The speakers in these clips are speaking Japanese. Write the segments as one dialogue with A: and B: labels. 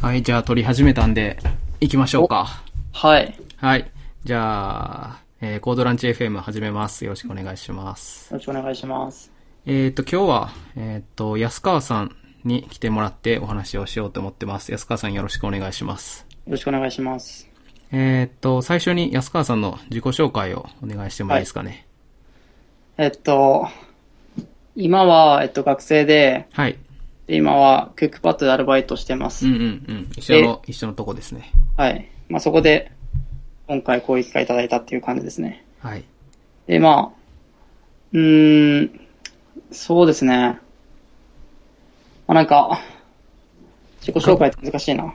A: はい、じゃあ撮り始めたんで、行きましょうか。
B: はい。よ
A: はい。じゃあ、えーコードランチ FM 始めます。よろしくお願いします。
B: ろしくお願いします。
A: えっ、と、今日は、えっ、と、安川さんに来てもらってお話をしようと思ってます。安川さんよろしくお願いします。
B: よろしくお願いします。
A: えっ、と、最初に安川さんの自己紹介をお願いしてもいいですかね。
B: えっと、今は、えっと、学生で、
A: はい。
B: で今は、クックパッドでアルバイトしてます。
A: うんうんうん。一緒の、一緒のとこですね。
B: はい。まあ、そこで、今回こういう機会いただいたっていう感じですね。
A: はい。
B: で、まあ、うーん、そうですね。まあ、なんか、自己紹介って難しい な。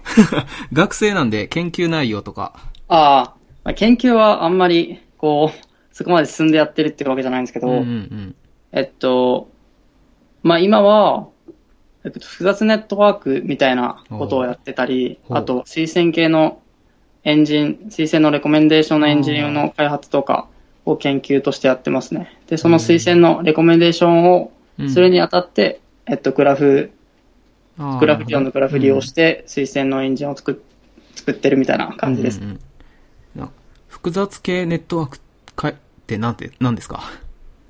A: 学生なんで研究内容とか。
B: ああ、まあ、研究はあんまり、こう、そこまで進んでやってるってわけじゃないんですけど、
A: うんうんうん。
B: えっと、まあ、今は、えっと、複雑ネットワークみたいなことをやってたり、
A: ほう
B: あと、推薦系のエンジン、推薦のレコメンデーションのエンジンの開発とかを研究としてやってますね。で、その推薦のレコメンデーションを
A: うん、
B: それにあたって、えっと、グラフ、
A: あー、
B: グラフ利用のグラフ利用して、推薦のエンジンを作っ作ってるみたいな感じで
A: う
B: す
A: ん。うんうんな複雑系ネットワークかってなんて、なんですか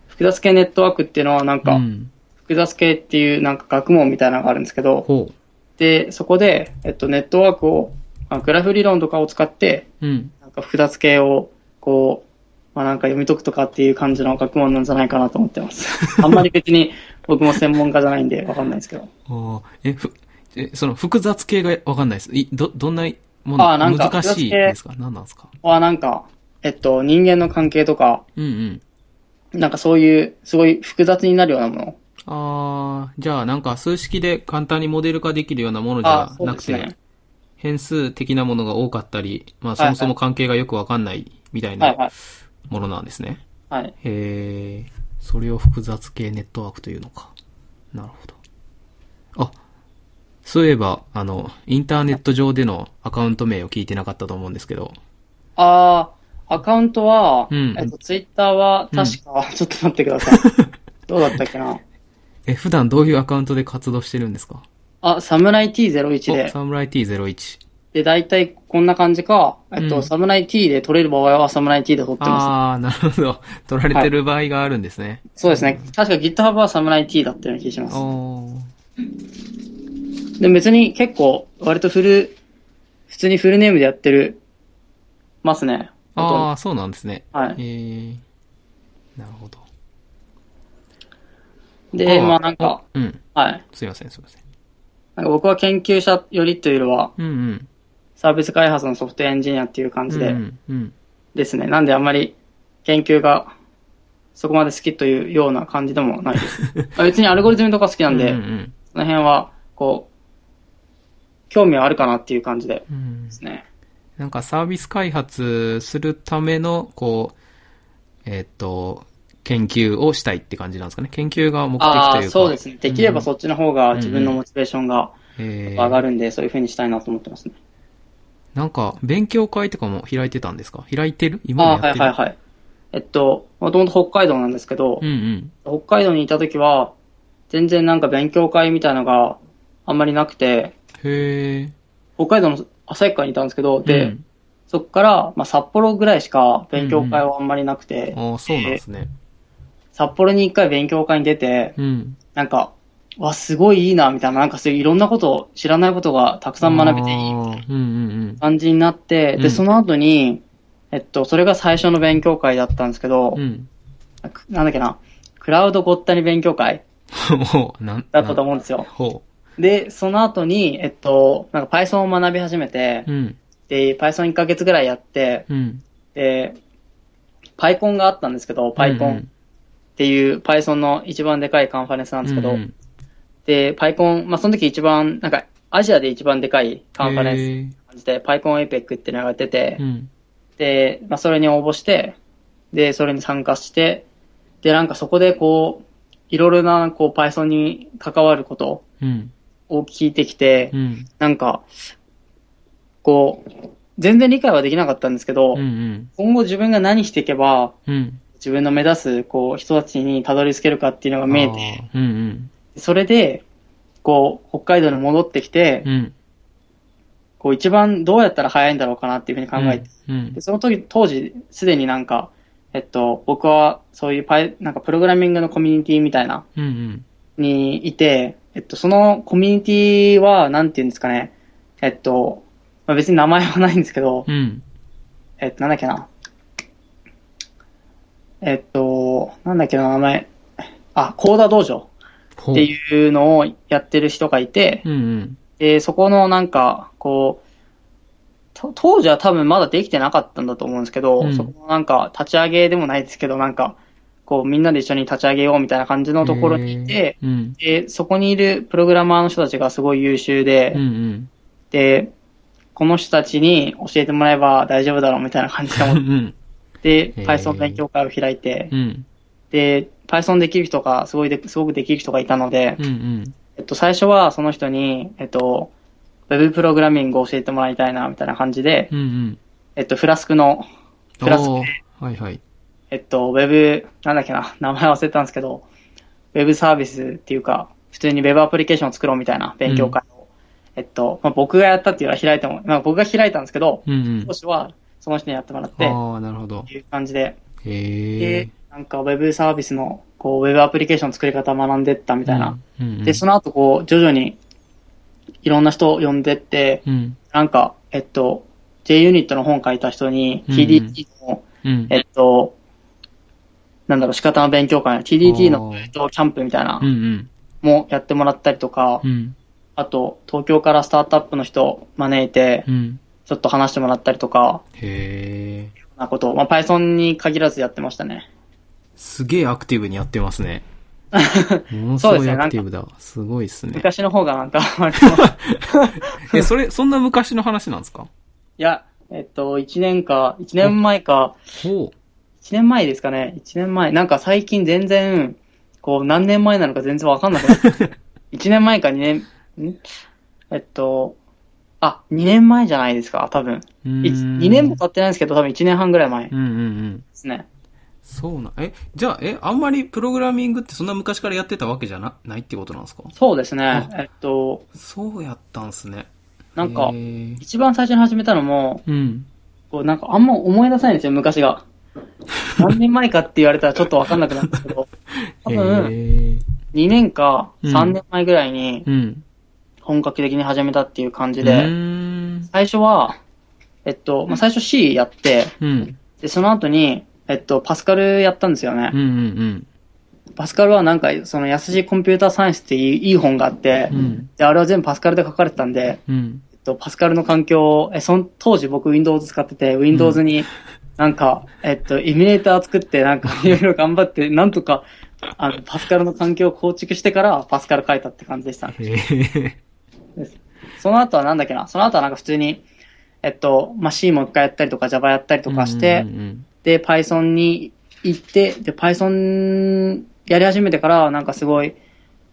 B: 複雑系ネットワークっていうのはなん
A: う
B: か、
A: ん。
B: 複雑系っていうなんか学問みたいなのがあるんですけど、
A: ほ
B: で、そこで、えっと、ネットワークを、まあ、グラフ理論とかを使って、
A: う。うん。
B: なんか複雑系を、こう、まあ、なんか読み解くとかっていう感じの学問なんじゃないかなと思っ てます。あんまり別に僕も専門家じゃないんでわかんないですけど。
A: ああ、え、ふ、え、その複雑系がわかんないです。い、ど、どんなも
B: あーな
A: の
B: んか
A: 難しいですか何なんですか
B: はなんか、えっと、人間の関係とか、
A: うんうん。
B: なんかそういう、すごい複雑になるようなもの。
A: ああ、じゃあなんか数式で簡単にモデル化できるようなものじ
B: あ
A: ゃ
B: そう
A: な
B: で
A: く
B: す
A: て、
B: ね。
A: 変数的なものが多かったり、まあそもそも関係がよくわかんないみたい
B: はいは。
A: ないものなんですね。
B: はい。
A: へえ、それを複雑系ネットワークというのか。なるほど。あ、そういえば、あの、インターネット上でのアカウント名を聞いてなかったと思うんですけど。
B: あー、アカウントは、
A: うん
B: えっと、ツイッターは確か、 ちょっと待ってください。どうだったっけな。
A: え、普段どういうアカウントで活動してるんですか
B: あ、サムライ T01 で
A: お、。サムライ T01。
B: で、大体こんな感じか、えっ
A: う
B: と、
A: ん
B: サムライ T で取れる場合はサムライ T で取ってま
A: あー、なるほど。 取られてる場合があるんですね。
B: す。そうですね。確か GitHub はサムライ T だったような気がしま
A: おー。
B: す。で、別に結構、割とフル、普通にフルネームでやってる、ますね。
A: あー、そうなんですね。
B: は
A: へ
B: い。
A: え、なるほど。
B: で、
A: 他は
B: まあなんか、、
A: おうん。
B: はい。
A: すいません、すいません。
B: なんか僕は研究者よりというよりは、
A: うんうん。
B: サービス開発のソフトエンジニアっていう感
A: う
B: じ
A: んう
B: で
A: ん。うん。
B: ですね。なんであんまり研究がそこまで好きというような感じでもない です。あ別にアルゴリズムとか好きなんで、
A: うんうん
B: その辺は、こう、興味はあるかなっていう感じで
A: うん。うん
B: ですね。
A: なんかサービス開発するための、こう、えーっと、研究をしたいって感じなんですかね。研究が目的
B: あ
A: と
B: あ
A: いう
B: ー、
A: か。
B: そうですね。できれば
A: う
B: そっちの方が自分のモチベーションが
A: ん。え
B: 上が
A: ー、
B: るんで、そういう風にしたいなと思ってますね。
A: なんか、勉強会とかも開いてたんですか開いてる今も
B: あ
A: やって
B: あー、
A: る
B: はいはいはい。えっと、もともと北海道なんですけど
A: う、ん
B: 北海道にいた時は、全然なんか勉強会みたいのがあんまりなくて、
A: うん。へえ。
B: 北海道の旭川にいたんですけど、で、
A: うん、
B: そっから、まあ、札幌ぐらいしか勉強会はあんまりなくて、
A: ああ、そうなんですね。
B: 札幌に一回勉強会に出て、
A: うん。
B: なんか、わ、すごいいいな、みたいな、なんかそういういろんなことを、知らないことがたくさん学べていい
A: あーうんうん
B: 感じになって、
A: うん
B: で、その後に、えっと、それが最初の勉強会だったんですけど
A: うん。う、ん。
B: なんだっけな、クラウドごったに勉強会
A: もう、 なん
B: だったと
A: なん
B: 思うんですよ。
A: ほ
B: で、その後に、えっと、なんか Python を学び始めて
A: う。、うん。
B: で、Python1 ヶ月ぐらいやって、
A: うん。
B: で、PyCon があったんですけど、
A: うんう
B: PyCon っ
A: ん
B: ていう Python の一番でかいカンファレンスなんですけ
A: う
B: ど
A: んう、ん
B: で、PyCon、まあ、その時一番、なんか、アジアで一番でかいカンファレンス
A: へー
B: 感じで、PyCon APEC っていうのがやってて、
A: うん。
B: で、まあ、それに応募して、で、それに参加して、で、なんかそこでこう、いろいろな、こう、Python に関わること
A: うん。
B: を聞いてきて、
A: うん。
B: なんか、こう、全然理解はできなかったんですけど、
A: うんうん。
B: 今後自分が何していけば、
A: うん。
B: 自分の目指す、こう、人たちにたどり着けるかっていうのが見えて、
A: あーうん
B: それで、こう、北海道に戻ってきて、
A: うん。うん。
B: こう一番どうやったら早いんだろうかなっていうふうに考えて、
A: うん。うん
B: でその時、当時、すでになんか、えっと、僕はそういうパイ、なんかプログラミングのコミュニティみたいな、
A: うんうん。
B: にいて、えっと、そのコミュニティは、なんていうんですかね、えっと、まあ、別に名前はないんですけど、
A: うん。
B: えっと、なんだっけな。えっと、なんだっけな、名前。あ、コーダ道場
A: ほ
B: っていうのをやってる人がいて、
A: うんうん。
B: で、そこのなんか、こう、と当時は多分まだできてなかったんだと思うんですけど、
A: うん
B: そこのなんか立ち上げでもないですけど、なんか、こうみんなで一緒に立ち上げようみたいな感じのところにいて、
A: へー、うん。
B: で、そこにいるプログラマーの人たちがすごい優秀で、
A: うんうん。
B: で、この人たちに教えてもらえば大丈夫だろうみたいな感じで思
A: う
B: っ
A: ん
B: て、
A: へー
B: Python 勉強会を開いて
A: う、ん。
B: で、Python できる人がすごいで、すごくできる人がいたので、
A: うんうん。
B: えっと、最初はその人に、えっと、Web プログラミングを教えてもらいたいな、みたいな感じで、
A: うんうん。
B: えっと、フラスクの、フラスク
A: おーはいはい。
B: えっと、Web、なんだっけな、名前忘れたんですけど、Web サービスっていうか、普通に Web アプリケーションを作ろうみたいな勉強会を、えっと、まあ、僕がやったっていうのは開いても、まあ、僕が開いたんですけど、
A: うんうん
B: 当。初はその人にやってもらって、っ
A: ああ、なるほど。
B: ていう感じで、
A: へえ
B: で。、なんか Web サービスの、こう、Web アプリケーションの作り方を学んでったみたいな。
A: うん。うんうん。
B: で、その後、こう、徐々に、いろんな人を呼んでって、
A: うん。
B: なんか、えっと、J ユニットの本書いた人に、
A: うん
B: TDT の、
A: うん。
B: えっと、なんだろう、仕方の勉強会の TDT の
A: おー
B: えっとキャンプみたいな
A: うんうん。
B: もやってもらったりとか
A: う、ん。
B: あと、東京からスタートアップの人招いて
A: う、ん。
B: ちょっと話してもらったりとか、
A: へえ。
B: なことを、まあ、Python に限らずやってましたね。
A: すげえアクティブにやってますね。ものす
B: そうで
A: ごい
B: すね
A: アクティブだ。すごいっすね。
B: 昔の方がなんか、 割とい
A: え、それ、そんな昔の話なんですか
B: や、えっと、1年か、1年前か、
A: ほ
B: 1年前ですかね、1年前、なんか最近全然、こう、何年前なのか全然わかんなくな って、1年前か2年、んえっと、あ、2年前じゃないですか、多分。
A: う。う
B: い
A: ーん
B: 2年も経ってないんですけど、多分1年半ぐらい前で
A: うんうんうん。
B: すね。
A: そうな、え、じゃあ、え、あんまりプログラミングってそんな昔からやってたわけじゃなないってことなんですか
B: そうですね、えっと、
A: そうやったんすね。
B: なんか
A: へ、ー
B: 一番最初に始めたのも、
A: うん。
B: こう、なんかあんま思い出せないんですよ、昔が。何年前かって言われたらちょっとわかんなくなるんですけ ど、多
A: へ
B: 分、
A: ー
B: 2年か3年前ぐらいに
A: うん。
B: 本格的に始めたっていう感じ
A: う
B: で、
A: ーん。
B: 最初は、えっと、まあ、最初 C やって、
A: うん。
B: で、その後に、えっと、パスカルやったんですよね
A: うんう。ん
B: パスカルはなんか、その、安いコンピューターサイエンスっていういい本があって、
A: うん。うん。
B: で、あれは全部パスカルで書かれてたんで、
A: うん。
B: えっと、パスカルの環境を、え、その、当時僕 Windows 使ってて、Windows に、なんか、えっと、エミュレーター作って、な んか、いろいろ頑張って、なんとか、あの、パスカルの環境を構築してから、パスカル書いたって感じでした。
A: へえ。
B: その後はなんだっけな、その後はなんか普通に、えっと、まあ、C もう一回やったりとか、Java やったりとかして、
A: うんうん
B: で、Python に行って、で、Python やり始めてから、なんかすごい、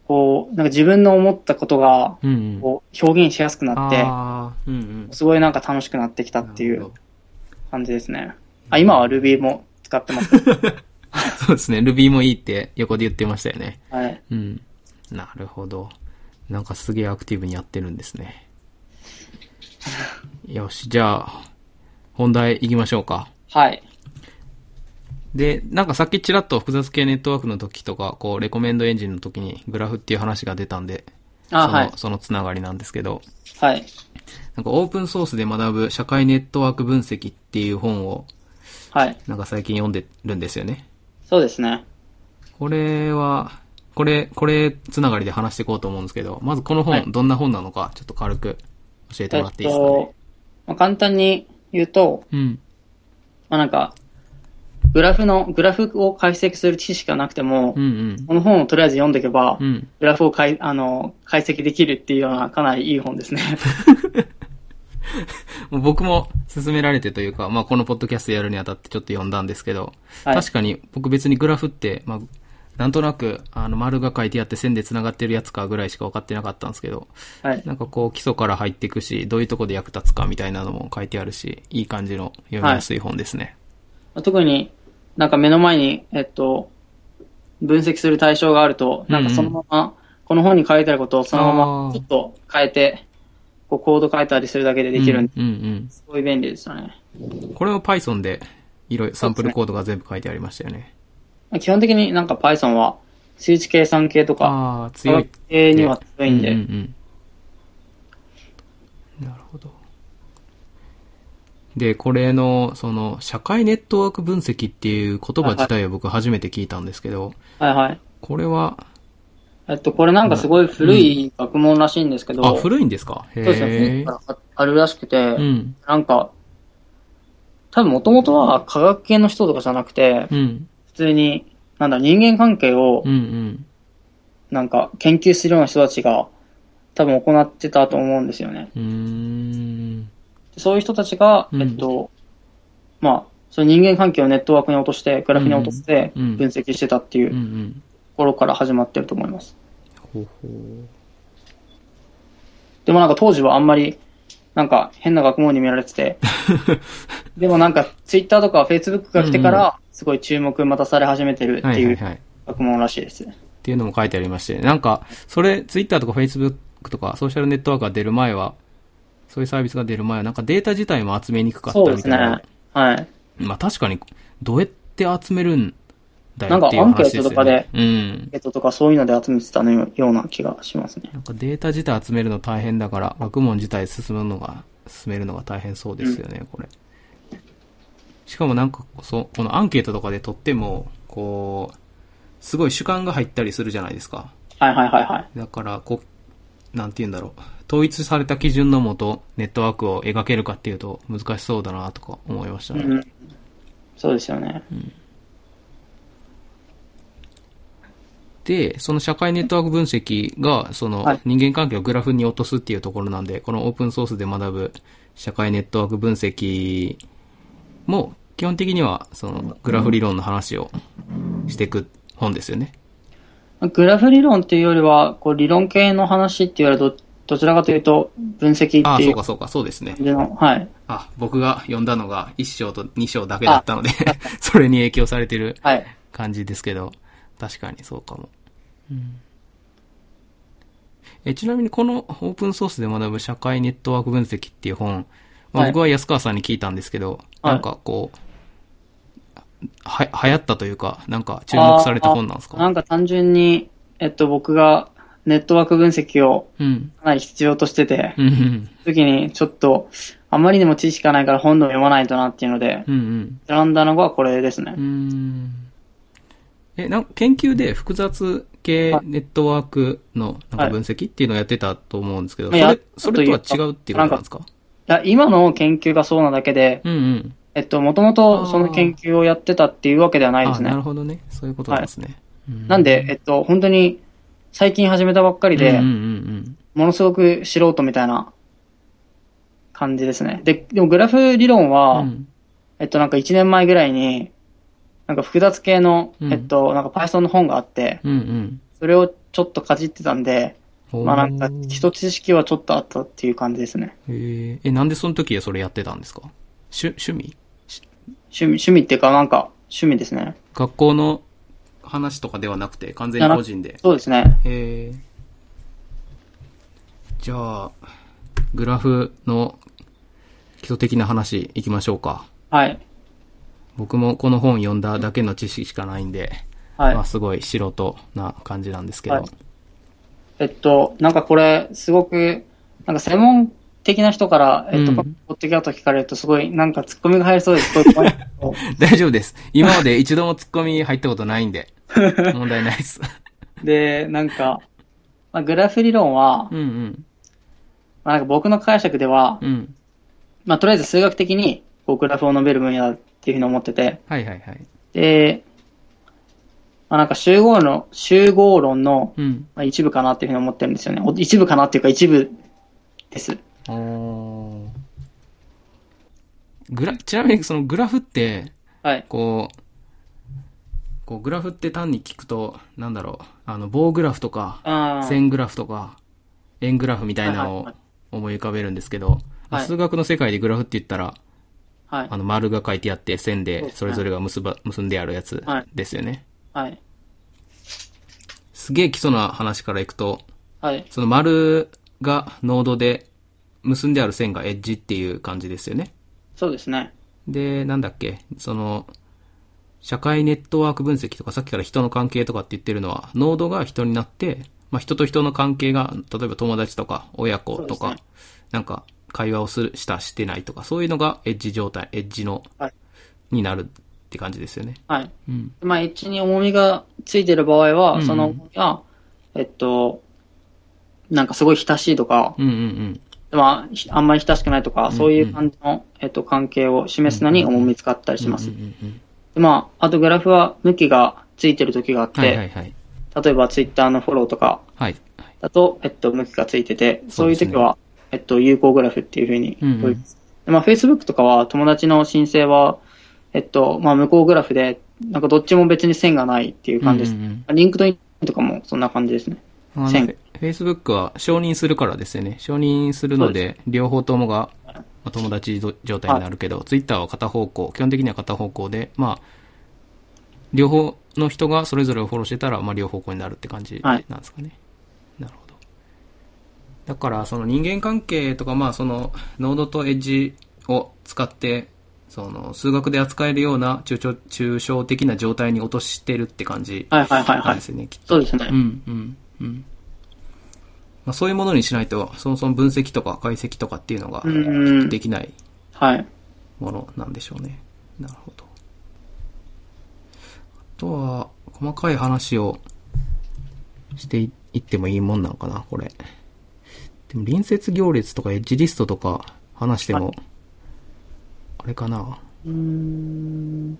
B: こう、なんか自分の思ったことが、
A: うん。うんうん。
B: こう、表現しやすくなって、
A: ああ、うんうん。
B: すごいなんか楽しくなってきたってい
A: なる
B: う
A: ほど。
B: 感じですね。あ、今は Ruby も使ってま す。
A: そうですね。Ruby もいいって横で言ってましたよね。
B: はい。
A: うん。なるほど。なんかすげえアクティブにやってるんです ね。よし、じゃあ、本題行きましょうか。
B: はい。
A: で、なんかさっきちらっと複雑系ネットワークの時とか、こう、レコメンドエンジンの時にグラフっていう話が出たんで、
B: あ、
A: その、
B: はい。
A: そのつながりなんですけど、
B: はい。
A: なんかオープンソースで学ぶ社会ネットワーク分析っていう本を、
B: はい。
A: なんか最近読んでるんですよね。
B: そうですね。
A: これは、これ、これつながりで話していこうと思うんですけど、まずこの本、
B: はい
A: どんな本なのか、ちょっと軽く教えて
B: え
A: もらっ
B: って
A: いいですかね
B: と。、まあ、簡単に言うと、
A: うん。
B: まあ、なんか、グラフの、グラフを解析する知識がなくても、
A: うんうん。
B: この本をとりあえず読んでいけば、
A: うん。
B: グラフをかいあの解析できるっていうようなかなりいい 本ですね。
A: もう僕も勧められてというか、まあこのポッドキャストやるにあたってちょっと読んだんですけど、
B: はい
A: 確かに僕別にグラフって、まあ、なんとなく、あの、丸が書いてあって線で繋がってるやつかぐらいしか分かってなかったんですけど、
B: はい。
A: なんかこう基礎から入っていくし、どういうとこで役立つかみたいなのも書いてあるし、いい感じの読みやすい本ですね。
B: 特になんか目の前に、えっと、分析する対象があると、なんかそのまま、この本に書いてあることをそのま
A: あ
B: ま
A: ー
B: ちょっと変えて、こうコード書いたりするだけでできるんで、
A: うんうん
B: すごい便利でしたね。
A: うん。これも Python で、いろいろサンプルコードが全部書いてありましたよね。
B: まあ基本的になんか Python は数値計算系とか、
A: ああ、強いって。
B: 科学系には強いん
A: う
B: で、
A: んうんうんなるほど。で、これの、その、社会ネットワーク分析っていう言葉自体を僕初めて聞いたんですけど、
B: はいはい。
A: これは、
B: えっと、これなんかすごい古い学問らしいんですけど、
A: あ、古いんですか
B: そうですね、古
A: へ
B: い
A: ー
B: からあるらしくて、
A: うん。
B: なんか、多分もともとは科学系の人とかじゃなくて、
A: うん。
B: 普通に、なんだ、人間関係を
A: うんうん。
B: なんか研究するような人たちが多分行ってたと思うんですよね。
A: うーん。
B: そういう人たちが、
A: うん
B: えっと、まあ、その人間関係をネットワークに落として、グラフに落として、
A: うんうん
B: 分析してたってい
A: うんう。
B: うん頃から始まってると思います。
A: ほうほ
B: でもなんか当時はあんまり、なんか変な学問に見られ てて、でもなんかツイッターとかフェイスブックが来てか
A: うん
B: ら、すごい注目またされ始めてる
A: う。は
B: って
A: いはいいうはい。
B: 学問らしいです。
A: っていうのも書いてありまして、なんか、それ、ツイッターとかフェイスブックとか、ソーシャルネットワークが出る前は、そういうサービスが出る前は、なんかデータ自体も集めにくかった
B: そうで
A: みた
B: す
A: い
B: ね
A: な。。
B: はい。
A: まあ確かに、どうやって集めるんだよ
B: なんか
A: っていう話ですよ、ね。
B: アンケートとかで
A: うん。
B: えっととかそういうので集めてたのよような気がしますね。
A: なんかデータ自体集めるの大変だから、学問自体進むのが、進めるのが大変そうですよね、これ。しかもなんか、そう、このアンケートとかで取っても、こう、すごい主観が入ったりするじゃないですか。
B: はいはいはいはい。
A: だから、こう、なんて言うんだろう。統一された基準のもと、ネットワークを描けるかっていうと、難しそうだなとか思いましたね。
B: うん、そうですよね。
A: で、その社会ネットワーク分析が、その
B: はい
A: 人間関係をグラフに落とすっていうところなんで、このオープンソースで学ぶ社会ネットワーク分析も、基本的には、そのグラフ理論の話をしていく本ですよね。
B: グラフ理論っていうよりは、こう理論系の話っていうよりはど、どちらかというと、分析
A: あ
B: っ
A: あ、
B: て
A: そ
B: いう
A: か
B: う感
A: そうか、そうですね。
B: じの、はい。
A: あ、僕が読んだのが1章と2章だけだったので、 それに影響されてる
B: はい。
A: 感じですけど、確かにそうかも。えちなみにこのオープンソースで学ぶ社会ネットワーク分析っていう本、まあ、
B: はい
A: 僕は安川さんに聞いたんですけど、
B: は
A: な
B: い
A: んかこう、は、流行ったというか、なんか注目された本なんです
B: あーな
A: か
B: んか単純に、えっと、僕がネットワーク分析を
A: うん。
B: かなり必要としてて、
A: うんうん。
B: その時にちょっと、あまりにも知識がないから本でも読まないとなっていうので、
A: うんうん。
B: 選んだのがこれですね
A: うー。ん。え、なんか研究で複雑系ネットワークのなんか分析っていうのをやってたと思うんですけど、そ
B: はいまあやっ
A: れ、それとは違うっていうことなんですか
B: いや今の研究がそうなだけで、
A: うんうん。
B: えっと、もともとその研究をやってたっていうわけではないです
A: あ、な
B: ね
A: る。ほどね。そういうことなんですね。う
B: なんで、えっと、本当に最近始めたばっかりで、
A: うんうんうん
B: ものすごく素人みたいな感じですね。で、でもグラフ理論
A: う
B: は、
A: ん。
B: えっとなんか1年前ぐらいに、なんか複雑系の、
A: うん
B: えっと、なんか Python の本があって、
A: うんうん。
B: それをちょっとかじってたんで、
A: ほー
B: まあなんか基礎知識はちょっとあったっていう感じですね。
A: えーえ、なんでその時はそれやってたんですか趣、趣味
B: 趣味、趣味っていうかなんか趣味ですね。
A: 学校の話とかではなくて、完全に個人で。
B: そうですね。
A: えーじゃあ、グラフの基礎的な話いきましょうか。
B: はい。
A: 僕もこの本読んだだけの知識しかないんで、
B: はい
A: まあ。すごい素人な感じなんですけど。
B: はいえっと、なんかこれ、すごく、なんか専門的な人から、えっと、
A: うん
B: ポッドキャスト聞かれると、すごい、なんかツッコミが入りそう です。すごい怖いんですけど
A: 大丈夫です。今まで一度もツッコミ入ったことないんで、 問題ないです。
B: で、なんか、まあ、グラフ理論は、
A: うんうん。
B: まあ、なんか僕の解釈では、
A: うん。
B: まあ、とりあえず数学的に、こう、グラフを述べる分野だっていうふうに思ってて、
A: はいはいはい。
B: で、まあ、なんか集合の、集合論の、
A: うん。
B: まあ、一部かなっていうふうに思ってるんですよね。お一部かなっていうか、一部です。
A: おーグラ、ちなみにそのグラフって、
B: はい。
A: こう、こうグラフって単に聞くと、なんだろう、あの、棒グラフとか、
B: あー
A: 線グラフとか、円グラフみたいなのを
B: はいはい
A: 思い浮かべるんですけど、
B: はい
A: 数学の世界でグラフって言ったら、
B: はい
A: あ。の、丸が書いてあって、線
B: そう
A: で
B: ですね
A: それぞれが結ば、結んであるやつ
B: はい
A: ですよね。
B: はい。
A: すげえ基礎な話からいくと、
B: はい。
A: その丸がノードで、結んである線がエッジっていう感じですよね。
B: そうですね。
A: で、なんだっけ、その、社会ネットワーク分析とかさっきから人の関係とかって言ってるのは、ノードが人になって、まあ、人と人の関係が、例えば友達とか親子と
B: そう
A: か、
B: です
A: なんか会話をする、した、してないとか、そういうのがエッジ状態、エッジの、
B: はい
A: になるって感じですよね。
B: はい。
A: うん。
B: まあ、エッジに重みがついてる場合は、
A: うん
B: その重みが、えっと、なんかすごい親しいとか、
A: うんうんうん。
B: まあ、ひあんまり親しくないと
A: う
B: か、
A: ん
B: そういう感じの、えっと、関係を示すのに重み使ったりします。
A: うんうんうん
B: でまあ、あとグラフは向きがついてる時があって、
A: うん。はいはいはい。
B: 例えばツイッターのフォローとか
A: はい。
B: だと、えっと、向きがついてて、
A: そ
B: そうう
A: で
B: いう
A: すね
B: 時は、えっと、有効グラフっていうふうに
A: うんうん
B: 呼びます。でまあ、Facebook とかは友達の申請は、えっと、まあ、向こうグラフで、なんかどっちも別に線がないっていう感じです。
A: うんうんうん
B: リンクドインとかもそんな感じですね。
A: あの、フ
B: 線
A: ェイスブックは承認するからですよね。承認するので、両方ともが、まあ友達ど状態になるけど、ツイッターは片方向、基本的には片方向で、まあ、両方の人がそれぞれをフォローしてたら、まあ両方向になるって感じな
B: は
A: ん
B: い
A: ですかね。なるほど。だから、その人間関係とか、まあその、ノードとエッジを使って、その、数学で扱えるような抽象、抽象的な状態に落としてるって感じ
B: はいはいはい
A: な
B: は
A: んで
B: い。
A: すよね、きっと
B: そうですね。
A: うんうんうんまあ、そういうものにしないと、そもそも分析とか解析とかっていうのが
B: うんうん
A: できない
B: はい。
A: ものなんでしょうね。なるほど。あとは、細かい話をしていいってもいいもんなのかな、これ。でも、隣接行列とかエッジリストとか話しても、あれかな。
B: うーん、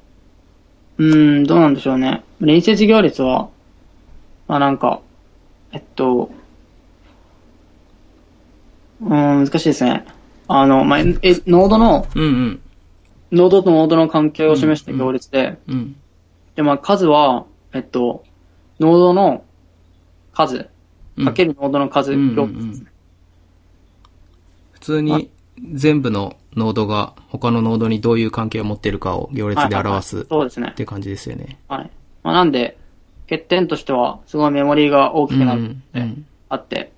B: うーんどうなんでしょうね。連接行列は、まあなんか、えっと、うーん、難しいですね。あの、まあ、え、ノードの、
A: うんうん。
B: ノードとノードの関係を示した行列で、
A: うん。
B: で、まあ数は、えっと、ノードの数、かけ
A: る
B: るノードの数、
A: うんうんう
B: 行列
A: ん、普通に全部のノードが他のノードにどういう関係を持ってるかを行列で表す
B: は
A: っ
B: いはいはいそうですね。
A: て感じですよね。
B: はい。まあなんで、欠点としては、すごいメモリーが大
A: う
B: き
A: ん
B: く
A: う
B: なる。
A: んうん
B: あって。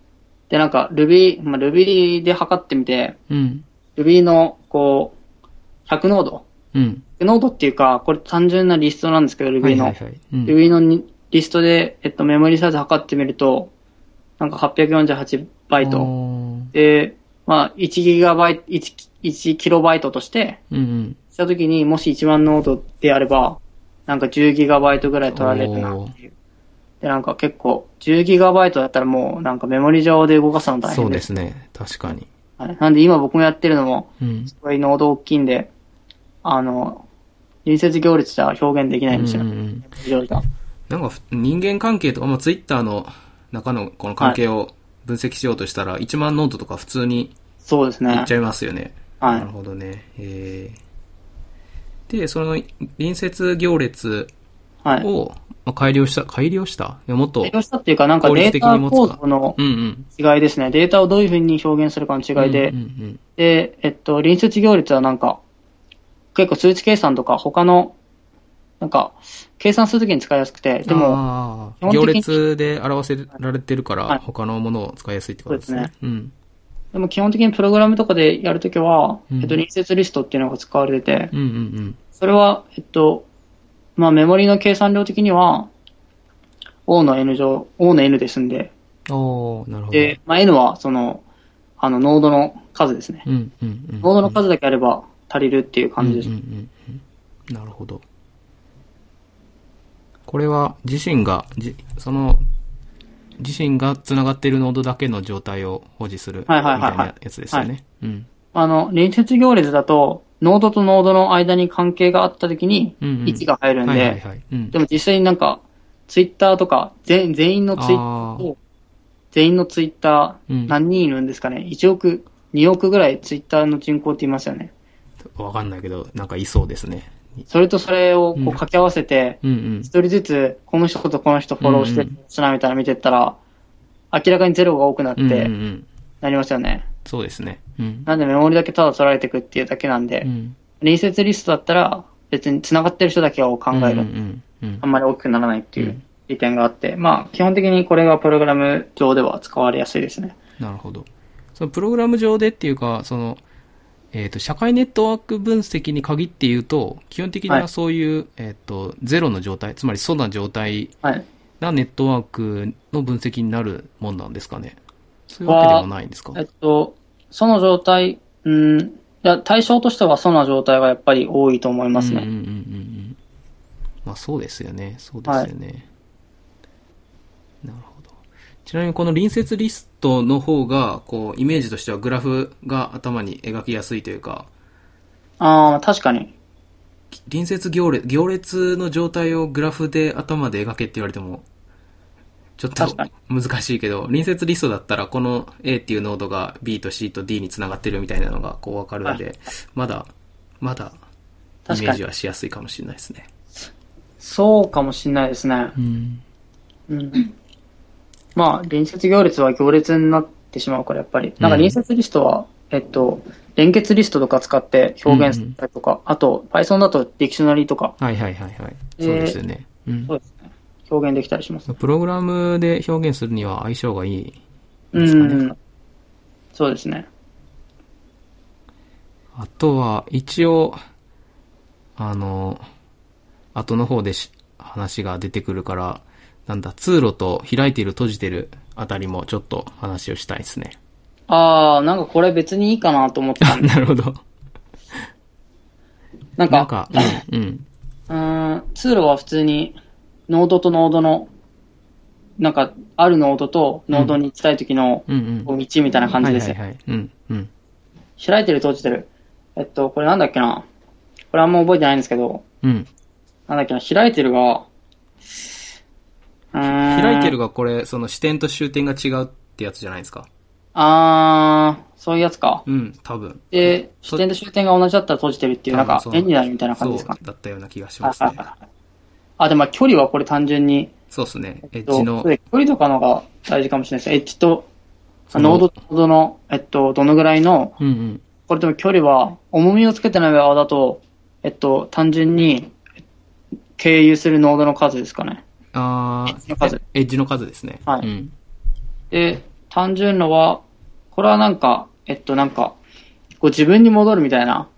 B: で、なんか Ruby、まあ、Ruby で測ってみて、
A: うん。
B: Ruby のこう、100ノード。
A: うん。
B: ノードっていうか、これ単純なリストなんですけど、Ruby の。
A: はいはいはい。うん
B: Ruby のにリストで、えっと、メモリサイズ測ってみると、なんか848バイト。で、まあ、1ギガバイ、1、1キロバイトとして、
A: うんうん。
B: したときにもし1万ノードであれば、なんか10ギガバイトぐらい取られるなっていう。で、なんか結構、10ギガバイトだったらもう、なんかメモリ上で動かすの大変
A: そうですね。確かに。
B: はいなんで今僕もやってるのも、
A: うん。
B: すごい濃度大きいんで、あの、隣接行列じゃ表現できないんですよ。
A: うんうんうん
B: 非常にが
A: なんかふ人間関係とか、まあ、ツイッターの中のこの関係を分析しようとしたら、1万ノードとか普通に
B: そうです
A: い
B: ね
A: っち。ゃいますよね。
B: はい
A: なるほどね。えーで、その隣接行列
B: はい。
A: を、まあ、改良した、改良したいやもっと
B: 提、供したっていうか、なんか
A: 効率
B: デー
A: 的に
B: タ
A: 持つ
B: 構
A: か
B: 造の
A: うんうん。
B: 違いですね。データをどういうふうに表現するかの違いで、
A: うんうん
B: で、えっと、隣接行列はなんか、結構数値計算とか他の、なんか、計算するときに使いやすくて、
A: うん、
B: でも、
A: あー
B: 基
A: 行
B: 本的に
A: 列で表せられてるから、
B: はい
A: 他のものを使いやすいってことですね。
B: そうで
A: うん。
B: でも基本的にプログラムとかでやるときは、
A: うん
B: えっと、隣接リストっていうのが使われてて、
A: うんうん
B: それは、えっと、まあ、メモリの計算量的には、O の N 乗、O の N ですんで、
A: うん。おー、なるほど。
B: で、まあ、N は、その、あの、ノードの数ですね。
A: うんうんうん。
B: ノードの数だけあれば足りるっていう感じです。
A: うんうんうんうん、なるほど。これは自身が、じその、自身が繋がっているノードだけの状態を保持するみた
B: はいいはいはいはい
A: なやつですよね。うん。
B: あの、連接行列だと、ノードとノードの間に関係があったときに
A: うんうん、
B: 位置が入るん
A: はいはい
B: で、
A: はい。うん
B: でも実際になんか、ツイッターとか、全全員のツイッタ
A: あ
B: ー
A: ー
B: を、全員のツイッタ
A: うん
B: ー、何人いるんですかね ?1 億、2億ぐらいツイッターの人口って言いますよね。
A: わかんないけど、なんかいそうですね。
B: それとそれをこ
A: うん
B: う掛け合わせて、
A: うんうん
B: 一。人ずつ、この人とこの人フォローし
A: う
B: て
A: んうん、
B: つなみたら見てったら、明らかにゼロが多くなっ
A: うんうんう
B: て、
A: ん。
B: なりますよね。
A: そうですね。うん。
B: なんでメモリだけただ取られてくっていうだけなん
A: う
B: で、
A: ん
B: 隣接リストだったら、別に繋がってる人だけを考え
A: うんう
B: る。
A: んうん
B: あんまり大きくならないってい
A: うん
B: う利点があって、まあ、基本的にこれがプログラム上では使われやすいですね。
A: なるほど。そそのプログラム上でっていうか、その、えっ、と、社会ネットワーク分析に限って言うと、基本的
B: は
A: ないそういう、えっ、と、ゼロの状態、つまり素な状態
B: はい。
A: なネットワークの分析になるもんなんですかね。そういうわけではないんですか
B: えっと、その状態、うん、いや、対象としてはその状態がやっぱり多いと思いま
A: う
B: す
A: ん
B: ね。
A: うんうんうんうん。まあそうですよね。そうですよね。なるほど。ちなみにこの隣接リストの方が、こう、イメージとしてはグラフが頭に描きやすいというか、
B: ああ、確かに。
A: 隣接行列、行列の状態をグラフで頭で描けって言われても、ちょっと
B: 確か
A: 難しいけど、隣接リストだったら、この A っていうノードが B と C と D につながってるみたいなのがこうわかるので、まだ、まだ、イ
B: 確
A: メー
B: か
A: ジ
B: に。
A: はしやすいかもしれないですね。
B: そうかもしれないですね。
A: うん。
B: うん。まあ、隣接行列は行列になってしまうから、やっぱり。なんか
A: うん
B: 隣接リストは、えっと、連結リストとか使って表現したりとか、あと、Python だとディクショナリーとか、
A: はいはいはいはい。
B: えー
A: そうですよね。うん
B: そうですね。表現できたりします。
A: プログラムで表現するには相性がいい。
B: う
A: すかね
B: ん。そうですね。
A: あとは、一応、あの、後の方でし話が出てくるから、なんだ、通路と開いてる閉じてるあたりもちょっと話をしたいですね。
B: ああ、なんかこれ別にいいかなと思った
A: あ、
B: んで。
A: なるほど。
B: なん
A: なん
B: か、
A: か、うん、うん。
B: うーん、通路は普通に、ノードとノードの、なんか、あるノードとノードに行きたい時の
A: うんうん。
B: こう道みたいな感じです
A: は
B: よ
A: い。はいはい。うん、うん。
B: 開いてる閉じてる。えっと、これなんだっけな。これあんま覚えてないんですけど、
A: うん。
B: なんだっけな、開いてるが、うーん。
A: 開いてる
B: が。
A: がこれ、その視点と終点が違うってやつじゃないですか。
B: あー、そういうやつか。
A: うん、多分。
B: で、視点と終点が同じだったら閉じてるっていう、な
A: 多
B: ん
A: 分
B: か
A: そう、
B: 絵になるみたいな感
A: そ
B: じですか
A: う
B: ね。
A: だったような気がし
B: は
A: ま
B: い
A: す
B: はい
A: ね。
B: はいあ、でもまあ距離はこれ単純に、
A: そうですね。エ
B: えっ
A: ッジ
B: と
A: の
B: そうです距離とかのが大事かもしれないです。エッジと、
A: その
B: ノードとノードの、えっと、どのぐらいの、
A: うんうん。
B: これでも距離は、重みをつけてない側だと、えっと、単純に、経由するノードの数ですかね。
A: あ
B: エッジの
A: ー
B: 数
A: エッジの数ですね。
B: はい
A: うん。
B: で、単純のは、これはなんか、えっと、なんか、こう自分に戻るみたいな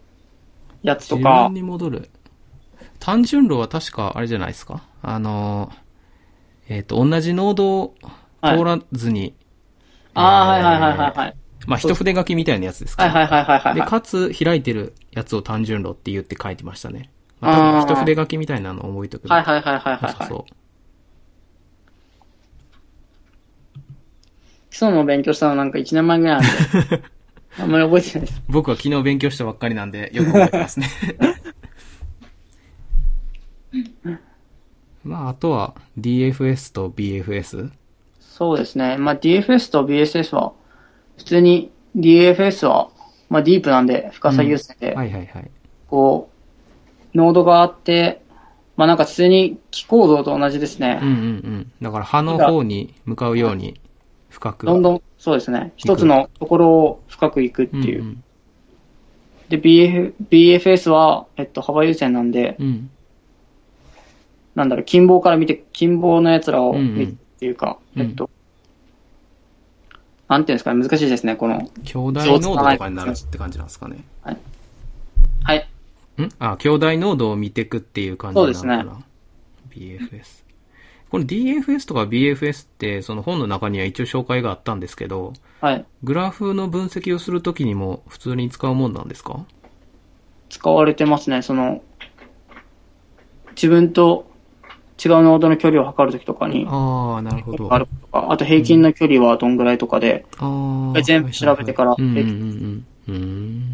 B: やつ
A: 自
B: とか
A: 分、に戻る。単純路は確かあれじゃないですか。あのー、えっ、と、同じノードを
B: はい
A: 通らずに、
B: ああ、は
A: えー
B: いはいはいはいはい。
A: まあ、一筆書きみたいなやつですか
B: はい
A: ね、
B: はいはいはいはい
A: で、
B: はい。
A: かつ開いてるやつを単純路って言って書いてましたね。まあ、多分
B: あー
A: 一筆書きみたいなの覚えておく
B: はいはいはいはい
A: 良
B: はい
A: さ
B: はい。
A: そう。
B: 基礎の勉強したのなんか1年前ぐらいなん で、あんまり覚えてないです。
A: 僕は昨日勉強したばっかりなんで、よく覚えて ますね。まあ、あとは DFS と BFS。
B: そうですね。まあ DFS と BSS は、普通に DFS は、まあディープなんで、深さ優先で、
A: はいはいはい。
B: こう、ノードがあって、まあなんか普通に気構造と同じですね。
A: うんうんうん。だから、葉の方に向かうように深く。
B: どん
A: ん
B: どん、そうですね。
A: 行く
B: 一つのところを深くいくっていう。
A: んん
B: で、BF、BFS は、えっと、幅優先なんで、
A: うん。
B: なんだろう、近傍から見て、近傍の奴らを見
A: うんう
B: て
A: ん
B: っていうか、
A: うん
B: えっと、なんていうんですかね、難しいですね、この。
A: 兄弟ノードとかになるって感じなんですかね。
B: はい。
A: んあ、兄弟ノードを見てくっていう感じなのかな。
B: そう
A: ね。BFS。この DFS とか BFS って、その本の中には一応紹介があったんですけど、
B: はい。
A: グラフの分析をするときにも普通に使うもんなんですか
B: 使われてますね、その、自分と違うノードの距離を測るときとかに、
A: ああ、なるほど。
B: あるとか、あと平均の距離はどんぐらいとかで、
A: ああ。
B: 一回全部調べてから
A: はいはいはいうんうんうんうん。うーん。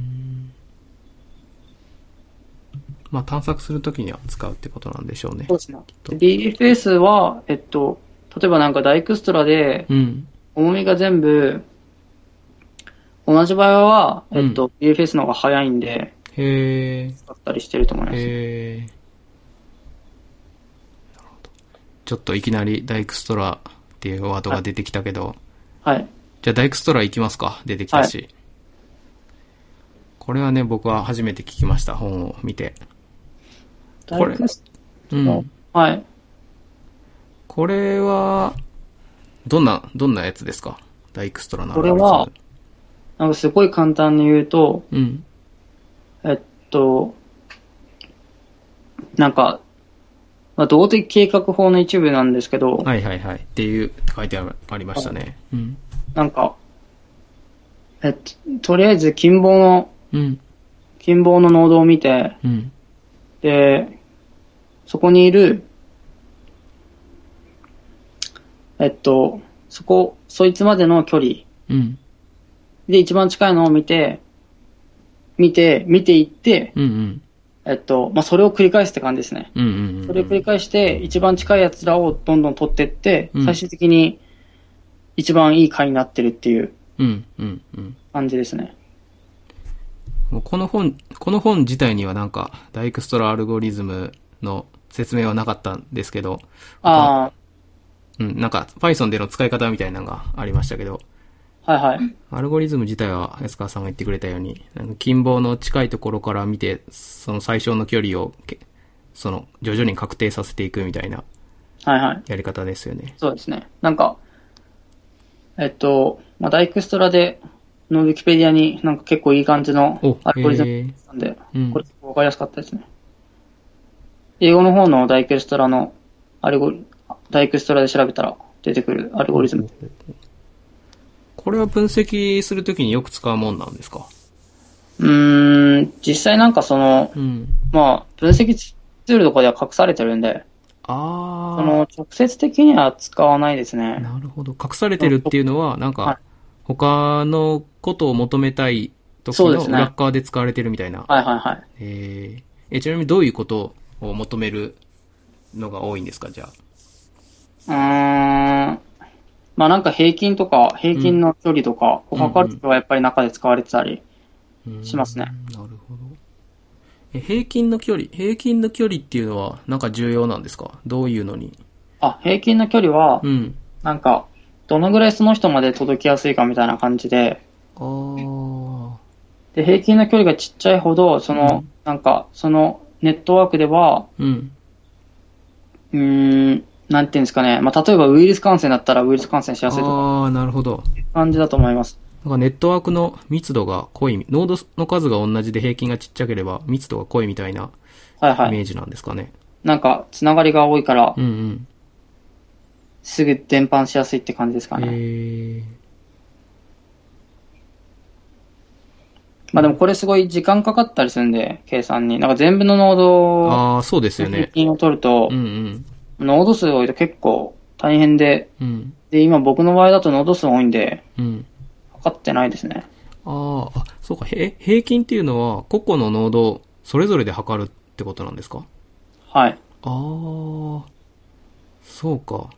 A: まあ探索するときには使うってことなんでしょうね
B: そ。うですね。DFS は、えっと、例えばなんかダイクストラで、
A: うん。
B: 重みが全部、同じ場合は、えっと、BFS の方が早いんで、
A: へえ。
B: 使ったりしてると思います。
A: へえ。なるほど。ちょっといきなりダイクストラっていうワードが出てきたけど、
B: はい。
A: じゃあダイクストラ行きますか。出てきたし。これはね、僕は初めて聞きました。本を見て。
B: ダ
A: こ
B: イ
A: れ
B: クス
A: う
B: トラ、
A: ん。
B: はい。
A: これは、どんな、どんなやつですかダイクストラなら
B: これはなんかすごい簡単に言うと、
A: うん。
B: えっと、なんか、まあ、動的計画法の一部なんですけど、
A: はいはいはい。っていう、書いてありましたね。うん。
B: なんか、えっと、とりあえず金棒の、
A: うん。
B: 金棒の濃度を見て、
A: うん。
B: で、そこにいる、えっと、そこ、そいつまでの距離
A: うん。
B: で一番近いのを見て、見て、見ていって、
A: うんうん。
B: えっと、まあ、それを繰り返すって感じですね。
A: うんうんうん。
B: それを繰り返して、一番近い奴らをどんどん取ってって
A: うん、
B: 最終的に一番いい回になってるっていう
A: うんうんうん。
B: 感じですね。
A: もうこの本、この本自体にはなんか、ダイクストラアルゴリズムの説明はなかったんですけど、
B: あ
A: うん、なんか Python での使い方みたいなのがありましたけど、
B: あ、はいはい。
A: アルゴリズム自体は安川さんが言ってくれたように、なんか近傍の近いところから見て、その最小の距離をけ、その、徐々に確定させていくみたいな
B: はいはい。
A: やり方ですよね。
B: そうですね。なんか、えっと、まあ、ダイクストラで、のウィキペディアになんか結構いい感じの
A: お
B: アルゴリズ
A: へー
B: ムなんで、
A: うん
B: これ結構わかりやすかったですね。英語の方のダイクストラのアルゴリ、ダイクストラで調べたら出てくるアルゴリズム。
A: これは分析するときによく使うもんなんですか
B: うーん、実際なんかその、
A: うん。
B: まあ、分析ツールとかでは隠されてるんで、
A: あ
B: そ
A: ー。
B: の直接的には使わないですね。
A: なるほど。隠されてるっていうのは、なん
B: はい
A: か、他のことを求めたい時
B: そうで
A: の
B: すね
A: 裏っ側で使われてるみたいな。
B: はいはいはい。
A: えーえ、ちなみにどういうことを求めるのが多いんですか、じゃあ。
B: うーん。まあなんか平均とか、平均の距離とか、
A: う
B: を
A: ん
B: 測るときはやっぱり中で使われてたり。
A: うん
B: しますね。
A: なるほど。え、平均の距離、平均の距離っていうのは、なんか重要なんですかどういうのに。
B: あ、平均の距離は
A: う、ん。
B: なんか、どのぐらいその人まで届きやすいかみたいな感じで、
A: あー。
B: で、平均の距離がちっちゃいほど、その、なんか、そのネットワークでは、
A: うん。
B: うーん、なんていうんですかね。まあ例えばウイルス感染だったらウイルス感染し
A: あ
B: やすいとか
A: ー、なるほど。
B: いう感じだと思います。
A: なんかネットワークの密度が濃い、ノードの数が同じで平均がちっちゃければ密度が濃いみたいな
B: はいは
A: イメ
B: い。
A: ージなんですかね。
B: なんか、つながりが多いから
A: う、んうん。
B: すぐ伝播しやすいって感じですか
A: え
B: ね。
A: ー、
B: まあでもこれすごい時間かかったりするんで、計算に。なんか全部のノードを
A: ああ、そうですよ
B: 平
A: ね。
B: 均を取ると
A: うん、うん。
B: ノード数多いと結構大変で、
A: うん。
B: で、今僕の場合だとノード数多いんで、
A: うん。
B: 測ってないですね。
A: あーあ、そうか。へ平均っていうのは、個々のノードをそれぞれで測るってことなんですか
B: はい。
A: ああ、そうか。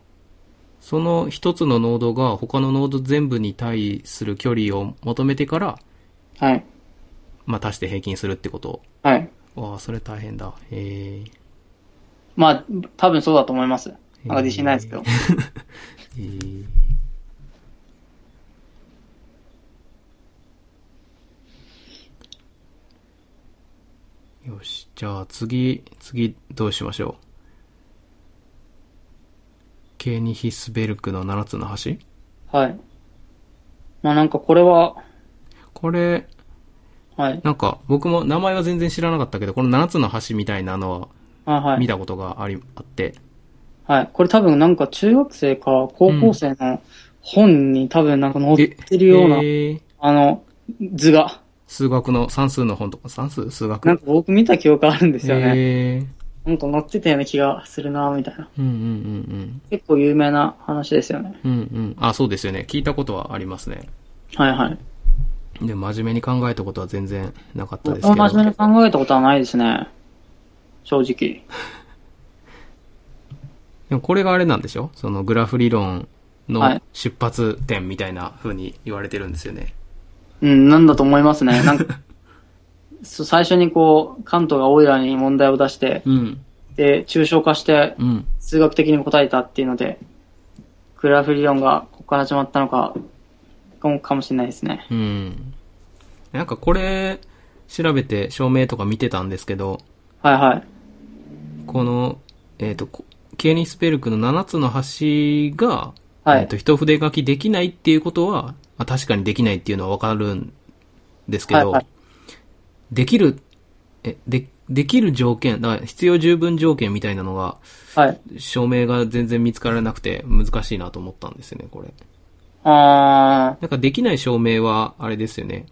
A: その一つのノードが他のノード全部に対する距離を求めてから、
B: はい。
A: まあ足して平均するってこと。
B: はい。
A: わあ、それ大変だ。へえ。
B: まあ、多分そうだと思います。なんか自信ないですけど。
A: えーよし、じゃあ次、次どうしましょう。ケーニヒスベルクの7つの橋
B: はい。まあなんかこれは、
A: これ、
B: はい。
A: なんか僕も名前は全然知らなかったけど、この7つの橋みたいなのは
B: はいは
A: 見
B: い。
A: たことがあり、あって。
B: はい。これ多分なんか中学生か高校生の本に多分なんか載ってるような、
A: えー
B: あの、図が。
A: 数学の算数の本とか、算数数学
B: なんか僕見た記憶あるんですよね。
A: えー
B: なんか載ってたような気がするな、みたいな。
A: うんうんうんうん。
B: 結構有名な話ですよね。
A: うんうん。あ、そうですよね。聞いたことはありますね。
B: はいはい。
A: で、真面目に考えたことは全然なかったですけ
B: 僕
A: ど。
B: も真面目に考えたことはないですね。正直。
A: でもこれがあれなんでしょそのグラフ理論
B: は
A: の
B: い
A: 出発点みたいな風に言われてるんですよね。
B: うん、なんだと思います ね。なんか、そう最初にこう、関東がオイラーに問題を出して、
A: うん。
B: で、抽象化して、
A: うん。
B: 数学的に答えたっていうので、グラフ理論がここから始まったのか、かもかもしれないですね。
A: うん。なんかこれ、調べて証明とか見てたんですけど、
B: はいはい。
A: この、えっ、と、こケーニスペルクの7つの橋が、
B: は
A: え
B: い
A: っ、と、一筆書きできないっていうことは、まあ、確かにできないっていうのはわかるんですけ
B: はい
A: ど、
B: はい
A: できる、え、で、できる条件、だから必要十分条件みたいなのが、
B: はい。
A: 証明が全然見つからなくて難しいなと思ったんですよね、これ。
B: あ
A: なんかできない証明は、あれですよね。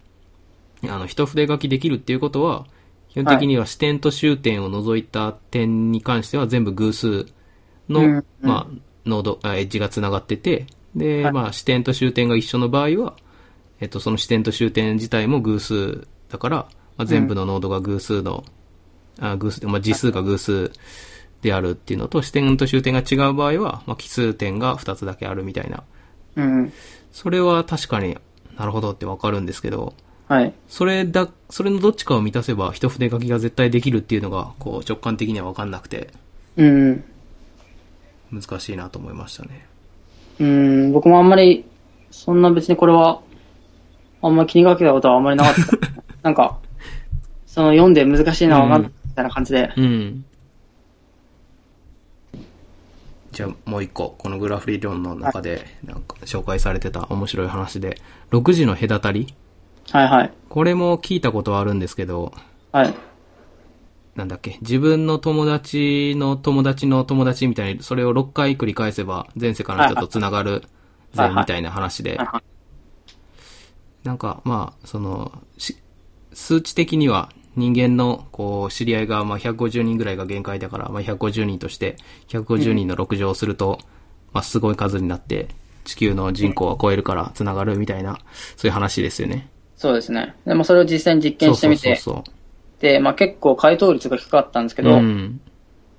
A: あの、一筆書きできるっていうことは、基本的には視点と終点を除いた点に関しては全部偶数の、
B: うんうん
A: まあ、ノード、あエッジが繋がってて、で、
B: はい
A: まあ、視点と終点が一緒の場合は、えっと、その視点と終点自体も偶数だから、まあ、全部のノードが偶数の、あ偶数、まあ、次数が偶数であるっていうのと、視点と終点が違う場合は、まあ、奇数点が2つだけあるみたいな
B: ー、うん。
A: それは確かになるほどってわかるんですけど、
B: はい。
A: それだ、それのどっちかを満たせば一筆書きが絶対できるっていうのが、こう直感的にはわかんなくて、
B: うん。
A: 難しいなと思いましたね。
B: うん、僕もあんまり、そんな別にこれは、あんまり気にかけたことはあんまりなかった。 なんか、その読んで難しいな、わかんない、みたいな感じで。
A: うん。じゃあもう一個、このグラフ理論の中で、なんか紹介されてた面白い話で、6時の隔たり
B: はいはい。
A: これも聞いたことはあるんですけど、
B: はい。
A: なんだっけ、自分の友達の友達の友達みたいに、それを6回繰り返せば、全世界の人と繋がる
B: はい
A: ぜ
B: はい、
A: みたいな話で
B: はい、はい
A: なんか、まあ、その、し数値的には人間の、こう、知り合いが、まあ、150人ぐらいが限界だから、まあ、150人として、150人の6乗をすると、まあ、すごい数になって、地球の人口は超えるから繋がるみたいな、そういう話ですよね。
B: そうですね。でもそれを実際に実
A: そう
B: 験して
A: そうそ
B: み
A: う
B: て、
A: そう。
B: で、まあ結構回答率が低かったんですけど、
A: うん。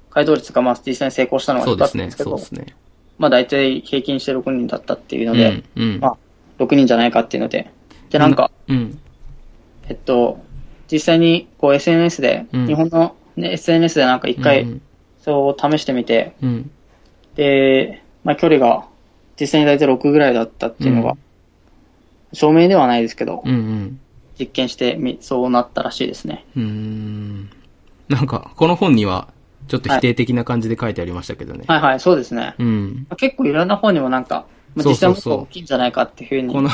B: 回答率がまあ実際に成功したのが
A: そう
B: 低
A: で
B: かっ
A: す
B: たん
A: ね、
B: ですけ
A: そう
B: ど
A: で、すね。
B: まあ大体平均して6人だったっていう
A: う
B: ので
A: ん、、うん。
B: まあ6人じゃないかっていうので、で、なんか、
A: うん。
B: えっと、実際にこう SNS で、
A: うん
B: 日本の、ね、SNS でなんか一回、
A: うん
B: そう試してみて、
A: うん。
B: で、まあ距離が実際に大体6ぐらいだったっていうのが、
A: うん
B: 証明ではないですけど、
A: うんうん。
B: 実験してみ、そうなったらしいですね。
A: うーん。なんか、この本には、ちょっと否定的な感じで書いてありましたけどね。
B: はいはい、そうですね。
A: うん。
B: まあ結構いろんな方にもなんか、まあ、
A: そう
B: 実
A: そ
B: 際
A: う
B: もっ
A: そう
B: と大きいんじゃないかっていうふう
A: こ
B: に、
A: の、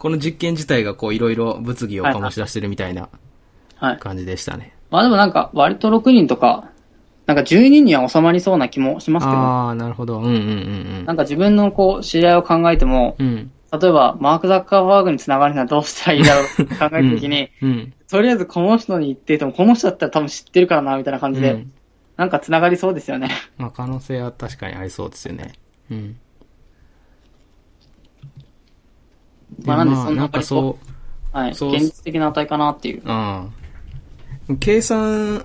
A: この実験自体がこう、いろいろ物議を醸し出してるみたいな
B: はい。
A: 感じでしたね。
B: まあでもなんか、割と6人とか、なんか10人には収まりそうな気もしますけど、
A: ああ、なるほど。うんうんうん
B: なんか自分のこう、知り合いを考えても、
A: うん。うん。
B: 例えば、マーク・ザッカーバーグに繋がるにはどうしたらいいだろうって考えたと きに、
A: うん。
B: とりあえずこの人に言ってても、この人だったら多分知ってるからな、みたいな感じで、
A: うん
B: なんか繋がりそうですよね。
A: まあ、可能性は確かにありそうですよね。うん。で
B: ま
A: ま
B: あなんで
A: あ、
B: そんな
A: なんかそう、
B: はい。現
A: そう
B: 実的な値かなっていう。
A: うん。計算、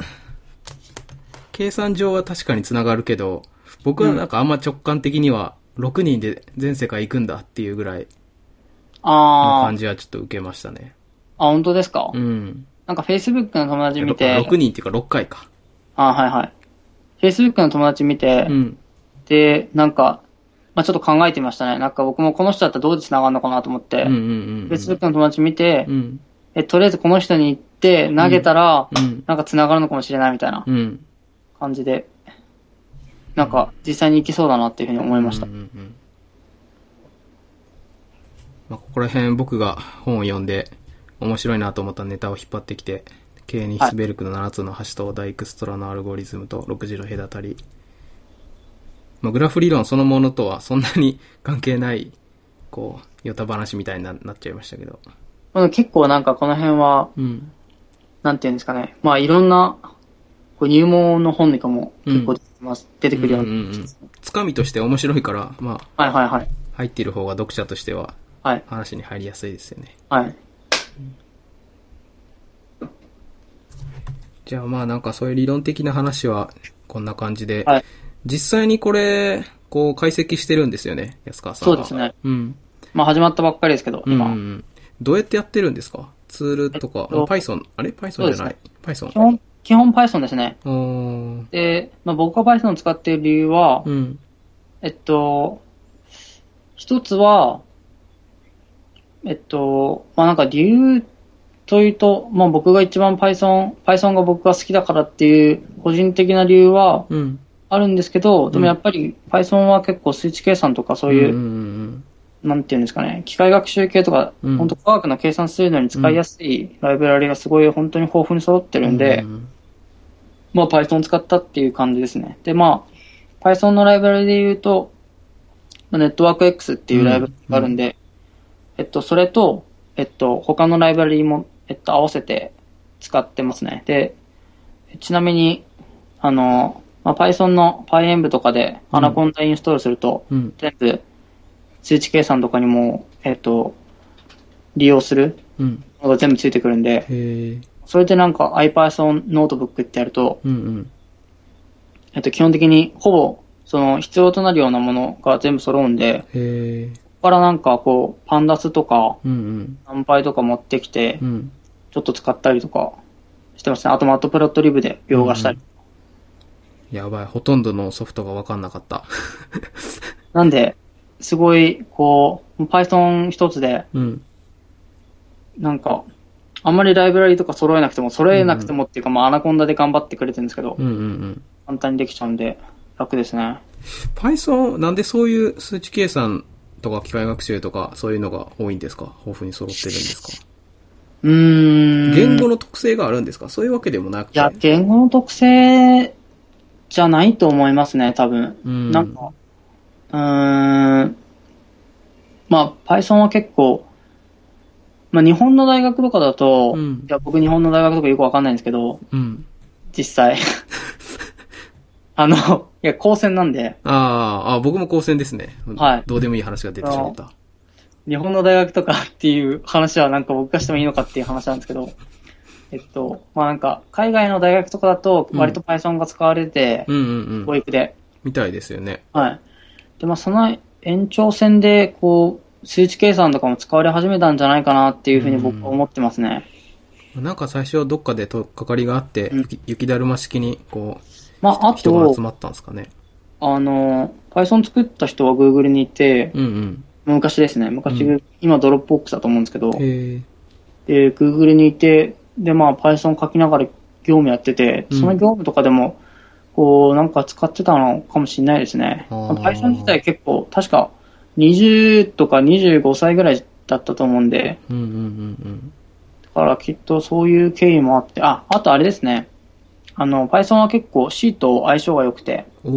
A: 計算上は確かにつながるけど、僕はなんかあんま直感的には6人で全世界行くんだっていうぐらいの
B: あ
A: 感
B: ー、
A: じはちょっと受けましたね。
B: あ、本当ですか、
A: うん。
B: なんか Facebook の友達見て、
A: 6人っていうか6回か。
B: あーはいはい。Facebook の友達見て、
A: うん。
B: で、なんか、まあちょっと考えてみましたね。なんか僕もこの人だったらどうで繋がるのかなと思って、
A: うんうんうん。
B: Facebook の友達見て、
A: うん。
B: え、とりあえずこの人に行って投げたら、
A: うん。
B: なんか繋がるのかもしれないみたいな
A: うん。
B: 感じで、なんか実際に行きそうだなっていうふうに思いました
A: うん。うんうんまあ、ここら辺僕が本を読んで面白いなと思ったネタを引っ張ってきて、ケーニヒスベルクの7つの橋とダイクストラのアルゴリズムと6次の隔たり。まあ、グラフ理論そのものとはそんなに関係ない、こう、ヨタ話みたいにななっちゃいましたけど。
B: まあ結構なんかこの辺は、
A: うん。
B: なんていうんですかね、まあいろんな、こう入門の本とかも結構出てきます出てくるよう
A: うんうんうん
B: な。
A: つかみとして面白いから、まあ、
B: はいはいはい。
A: 入っている方が読者としては
B: はい。
A: 話に入りやすいですよね。
B: はい。
A: じゃあまあなんかそういう理論的な話はこんな感じで、
B: はい
A: 実際にこれ、こう解析してるんですよね、安川さん
B: そ
A: は。
B: うです。ね。
A: うん。
B: まあ始まったばっかりですけど、
A: うんう
B: 今。
A: ん。どうやってやってるんですかツールとか、
B: えっと
A: あ Python、あれ ?Python じゃない、
B: 基
A: ?Python。
B: 本、基本 Python ですね。
A: おー
B: で、まあ、僕が Python を使っている理由は、
A: うん。
B: えっと、一つは、えっと、まあ、なんか理由というと、まあ、僕が一番 Python、Python が僕が好きだからっていう個人的な理由は
A: うん。
B: あるんですけど、で
A: うん
B: もやっぱり Python は結構数値計算とかそういううん
A: うん
B: なんていうんですかね、機械学習系とか、
A: うん
B: 本当科学の計算するのに使いやすいライブラリがすごい本当に豊富に揃ってるんで、
A: うん
B: まあ Python 使ったっていう感じですね。で、まあ、Python のライブラリで言うと、まあネットワーク X っていうライブラリがあるんで、えっと、それと、えっと、他のライブラリも、えっと、合わせて使ってますね。で、ちなみに、あの、まあ、Python の PyEnv とかで
A: うん
B: Anaconda インストールすると、
A: うん。
B: 全部通知計算とかにも、えっと、利用する
A: うん。
B: のが全部ついてくるんで、
A: へえ。
B: それでなんか iPython ノートブックってやると、
A: うんうん。
B: えっと、基本的にほぼ、その必要となるようなものが全部揃うんで、
A: へえ。
B: ここからなんかこう、パンダスとか、
A: うんうん。
B: ナンパイとか持ってきて
A: う、ん。
B: ちょっと使ったりとかしてますね。あとマットプラットリブで描画したり。
A: やばい。ほとんどのソフトがわかんなかった。
B: なんで、すごい、こう、Python 一つで、
A: うん。
B: なんか、あんまりライブラリとか揃えなくても、揃えなくてもっていうか、まあ、アナコンダで頑張ってくれてるんですけど
A: う、んうんうん。
B: 簡単にできちゃうんで、楽ですね。
A: Python、なんでそういう数値計算とか機械学習とかそういうのが多いんですか豊富に揃ってるんですか
B: うーん。
A: 言語の特性があるんですかそういうわけでもなく
B: い
A: て。
B: や、言語の特性じゃないと思いますね、多分。
A: うん
B: なんか、うーん、まあ、Python は結構、まあ、日本の大学とかだと、
A: うん
B: いや、僕日本の大学とかよくわかんないんですけど、
A: うん。
B: 実際。あの、いや、高専なんで、
A: あーあー、僕も高専ですね。
B: はい
A: どうでもいい話が出てしまった。
B: 日本の大学とかっていう話はなんか僕がしてもいいのかっていう話なんですけど、えっと、まあなんか、海外の大学とかだと、割と Python が使われてて、
A: うんうんう
B: 教
A: ん。
B: 育で。
A: みたいですよね。
B: はい。で、まあ、その延長線で、こう、数値計算とかも使われ始めたんじゃないかなっていうふうに僕は思ってますね。
A: なんか最初どっかでとっかかりがあって、
B: うん
A: 雪雪だるま式にこ
B: まあ、あ
A: う、人が
B: と
A: 集、まったんですかね。
B: あの、Python 作った人は Google にいて、
A: うん
B: 昔ですね。昔、
A: う
B: 今ドロップボックスだと思うんですけど
A: うん。、へえ。
B: で、Google にいて、で、まあ、Python 書きながら業務やってて、
A: うん
B: その業務とかでも、こう、なんか使ってたのかもしれないですね。
A: あー
B: Python 自体結構、確か20とか25歳ぐらいだったと思うんで、
A: うんうんうん
B: だからきっとそういう経緯もあって、あ、あとあれですね。あの、Python は結構 C と相性が良くて、
A: うん。